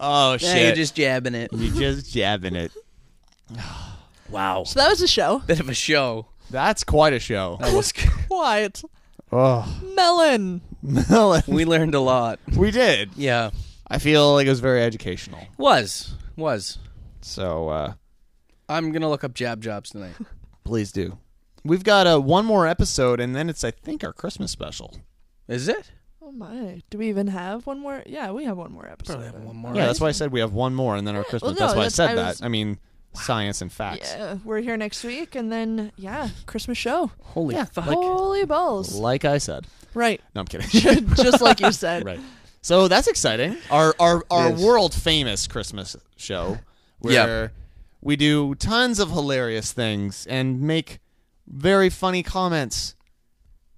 [SPEAKER 1] Oh
[SPEAKER 4] Yeah,
[SPEAKER 1] shit!
[SPEAKER 4] you're just jabbing it.
[SPEAKER 1] You're just jabbing it.
[SPEAKER 4] wow.
[SPEAKER 3] So that was a show.
[SPEAKER 4] Bit of a show.
[SPEAKER 1] That's quite a show.
[SPEAKER 4] That was
[SPEAKER 3] Quiet.
[SPEAKER 1] Oh,
[SPEAKER 3] Melon.
[SPEAKER 1] Melon.
[SPEAKER 4] We learned a lot.
[SPEAKER 1] Oh. We did.
[SPEAKER 4] Yeah.
[SPEAKER 1] I feel like it was very educational.
[SPEAKER 4] Was. Was.
[SPEAKER 1] So uh,
[SPEAKER 4] I'm going to look up jab jobs tonight.
[SPEAKER 1] please do. We've got uh, one more episode, and then it's I think our Christmas special.
[SPEAKER 4] Is it?
[SPEAKER 3] Oh my. Do we even have one more? Yeah, we have one more episode. one more.
[SPEAKER 1] Yeah, that's why I said we have one more, and then our Christmas.
[SPEAKER 3] Well, no,
[SPEAKER 1] that's why
[SPEAKER 3] that's-
[SPEAKER 1] I said
[SPEAKER 3] I was-
[SPEAKER 1] that. I mean, science and facts.
[SPEAKER 3] Yeah, we're here next week, and then yeah, Christmas show.
[SPEAKER 4] Holy
[SPEAKER 1] Yeah,
[SPEAKER 4] fuck.
[SPEAKER 3] Holy balls!
[SPEAKER 1] Like I said.
[SPEAKER 3] right,
[SPEAKER 1] No, I'm kidding.
[SPEAKER 3] just like you said.
[SPEAKER 1] right. So that's exciting. Our our our
[SPEAKER 4] Yes.
[SPEAKER 1] world famous Christmas show where we do tons of hilarious things and make very funny comments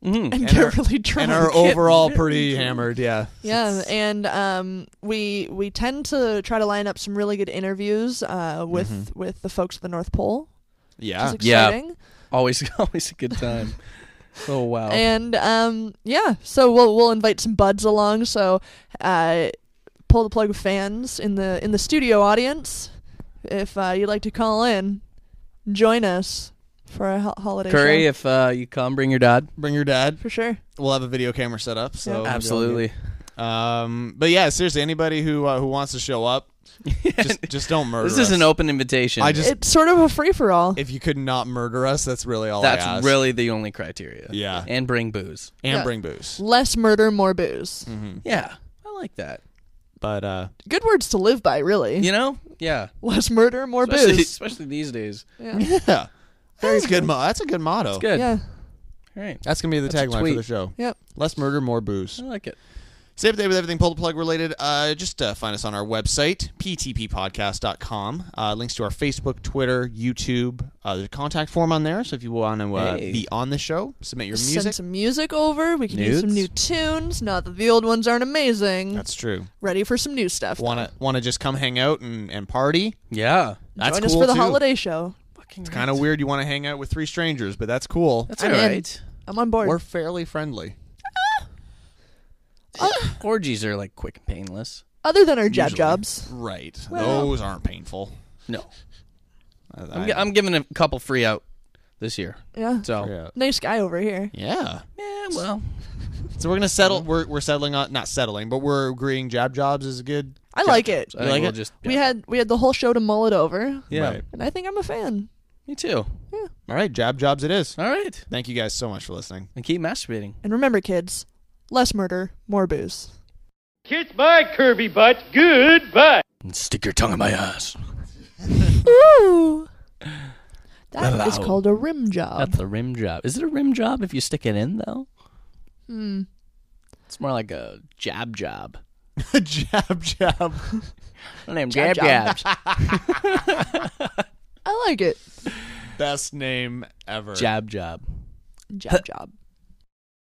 [SPEAKER 4] Mm-hmm.
[SPEAKER 3] And,
[SPEAKER 1] and
[SPEAKER 3] get
[SPEAKER 1] our-
[SPEAKER 3] really drunk.
[SPEAKER 1] and are overall pretty hammered. Yeah.
[SPEAKER 3] Yeah, and um, we we tend to try to line up some really good interviews uh, with with the folks at the North Pole, which
[SPEAKER 1] Yeah.
[SPEAKER 3] is
[SPEAKER 4] Mm-hmm. Ah, Yeah.
[SPEAKER 3] exciting.
[SPEAKER 4] Always, always a good time. Oh, wow.
[SPEAKER 3] And um, yeah, so we'll we'll invite some buds along. So uh, pull the plug, fans in the in the studio audience, if uh, you'd like to call in, join us for a ho- holiday
[SPEAKER 4] Curry,
[SPEAKER 3] show.
[SPEAKER 4] if uh, you come, bring your dad.
[SPEAKER 1] Bring your dad.
[SPEAKER 3] for sure.
[SPEAKER 1] We'll have a video camera set up. So
[SPEAKER 4] Absolutely.
[SPEAKER 1] Um, but yeah, seriously, anybody who uh, who wants to show up, just just don't murder.
[SPEAKER 4] This is
[SPEAKER 1] us.
[SPEAKER 4] an open invitation.
[SPEAKER 1] I just
[SPEAKER 3] It's sort of a free for all.
[SPEAKER 1] if you could not murder us, that's really all. I
[SPEAKER 4] That's
[SPEAKER 1] ask.
[SPEAKER 4] really the only criteria.
[SPEAKER 1] Yeah.
[SPEAKER 4] And bring booze.
[SPEAKER 1] and
[SPEAKER 3] Yeah.
[SPEAKER 1] bring booze.
[SPEAKER 3] Less murder, more booze.
[SPEAKER 4] Mm-hmm. Yeah. I like that.
[SPEAKER 1] But uh,
[SPEAKER 3] Good words to live by, really.
[SPEAKER 4] You know? Yeah.
[SPEAKER 3] Less murder, more
[SPEAKER 4] Especially,
[SPEAKER 3] booze.
[SPEAKER 4] especially these days.
[SPEAKER 3] Yeah.
[SPEAKER 1] yeah, that's good. Mo- that's a good motto.
[SPEAKER 4] It's good.
[SPEAKER 3] yeah.
[SPEAKER 4] All right.
[SPEAKER 1] That's gonna be the
[SPEAKER 4] That's a
[SPEAKER 1] tagline for
[SPEAKER 4] tweet.
[SPEAKER 1] the show.
[SPEAKER 3] Yep.
[SPEAKER 1] Less murder, more booze.
[SPEAKER 4] I like it.
[SPEAKER 1] Stay up to date with everything pull the plug related. Uh, just uh, find us on our website, ptppodcast.com. Uh, links to our Facebook, Twitter, YouTube. Uh, there's a contact form on there, so if you want to uh,
[SPEAKER 4] Hey.
[SPEAKER 1] be on the show, submit your
[SPEAKER 3] Send
[SPEAKER 1] music.
[SPEAKER 3] some music over. We can use some new tunes. Not that the old ones aren't amazing.
[SPEAKER 1] That's true.
[SPEAKER 3] Ready for some new stuff.
[SPEAKER 1] Want to want to just come hang out and, and party?
[SPEAKER 4] Yeah.
[SPEAKER 1] That's
[SPEAKER 3] Join us
[SPEAKER 1] cool
[SPEAKER 3] for the
[SPEAKER 1] too.
[SPEAKER 3] holiday show.
[SPEAKER 4] Fucking
[SPEAKER 1] It's kind of weird. You want to hang out with three strangers, but that's cool.
[SPEAKER 4] That's all
[SPEAKER 3] I'm in.
[SPEAKER 4] right.
[SPEAKER 3] I'm on board.
[SPEAKER 1] We're fairly friendly.
[SPEAKER 4] Orgies are like quick and painless.
[SPEAKER 3] Other than our jab
[SPEAKER 1] Usually.
[SPEAKER 3] jobs.
[SPEAKER 1] Right.
[SPEAKER 3] Well-
[SPEAKER 1] Those aren't painful.
[SPEAKER 4] No.
[SPEAKER 1] I-
[SPEAKER 4] I'm,
[SPEAKER 1] I-
[SPEAKER 4] gi- I'm giving a couple free out this year.
[SPEAKER 3] Yeah.
[SPEAKER 4] So, yeah,
[SPEAKER 1] yeah.
[SPEAKER 3] Nice guy over here.
[SPEAKER 1] Yeah.
[SPEAKER 4] well,
[SPEAKER 1] So we're gonna settle. We're, we're settling on not settling, but we're agreeing. Jab jobs is good.
[SPEAKER 3] I like it.
[SPEAKER 4] I think
[SPEAKER 1] like
[SPEAKER 4] we'll
[SPEAKER 1] it?
[SPEAKER 4] just.
[SPEAKER 3] We
[SPEAKER 4] yeah.
[SPEAKER 3] had we had the whole show to mull it over,
[SPEAKER 4] Yeah.
[SPEAKER 1] Right.
[SPEAKER 3] and I think I'm a fan.
[SPEAKER 4] Me too.
[SPEAKER 1] All right. Jab jobs it is.
[SPEAKER 4] All right.
[SPEAKER 1] Thank you guys so much for listening.
[SPEAKER 4] And keep masturbating.
[SPEAKER 3] And remember, kids, less murder, more booze.
[SPEAKER 13] Kiss my curvy butt. Goodbye.
[SPEAKER 4] And stick your tongue in my ass.
[SPEAKER 3] Ooh, that is
[SPEAKER 4] Wow.
[SPEAKER 3] called a rim job.
[SPEAKER 4] That's a rim job. Is it a rim job if you stick it in, though?
[SPEAKER 3] Hmm.
[SPEAKER 4] It's more like a jab job.
[SPEAKER 1] jab jab.
[SPEAKER 4] My name
[SPEAKER 3] Jab
[SPEAKER 4] jab,
[SPEAKER 3] job.
[SPEAKER 4] jabs.
[SPEAKER 3] I like it.
[SPEAKER 1] Best name ever.
[SPEAKER 4] jab job.
[SPEAKER 3] Jab job.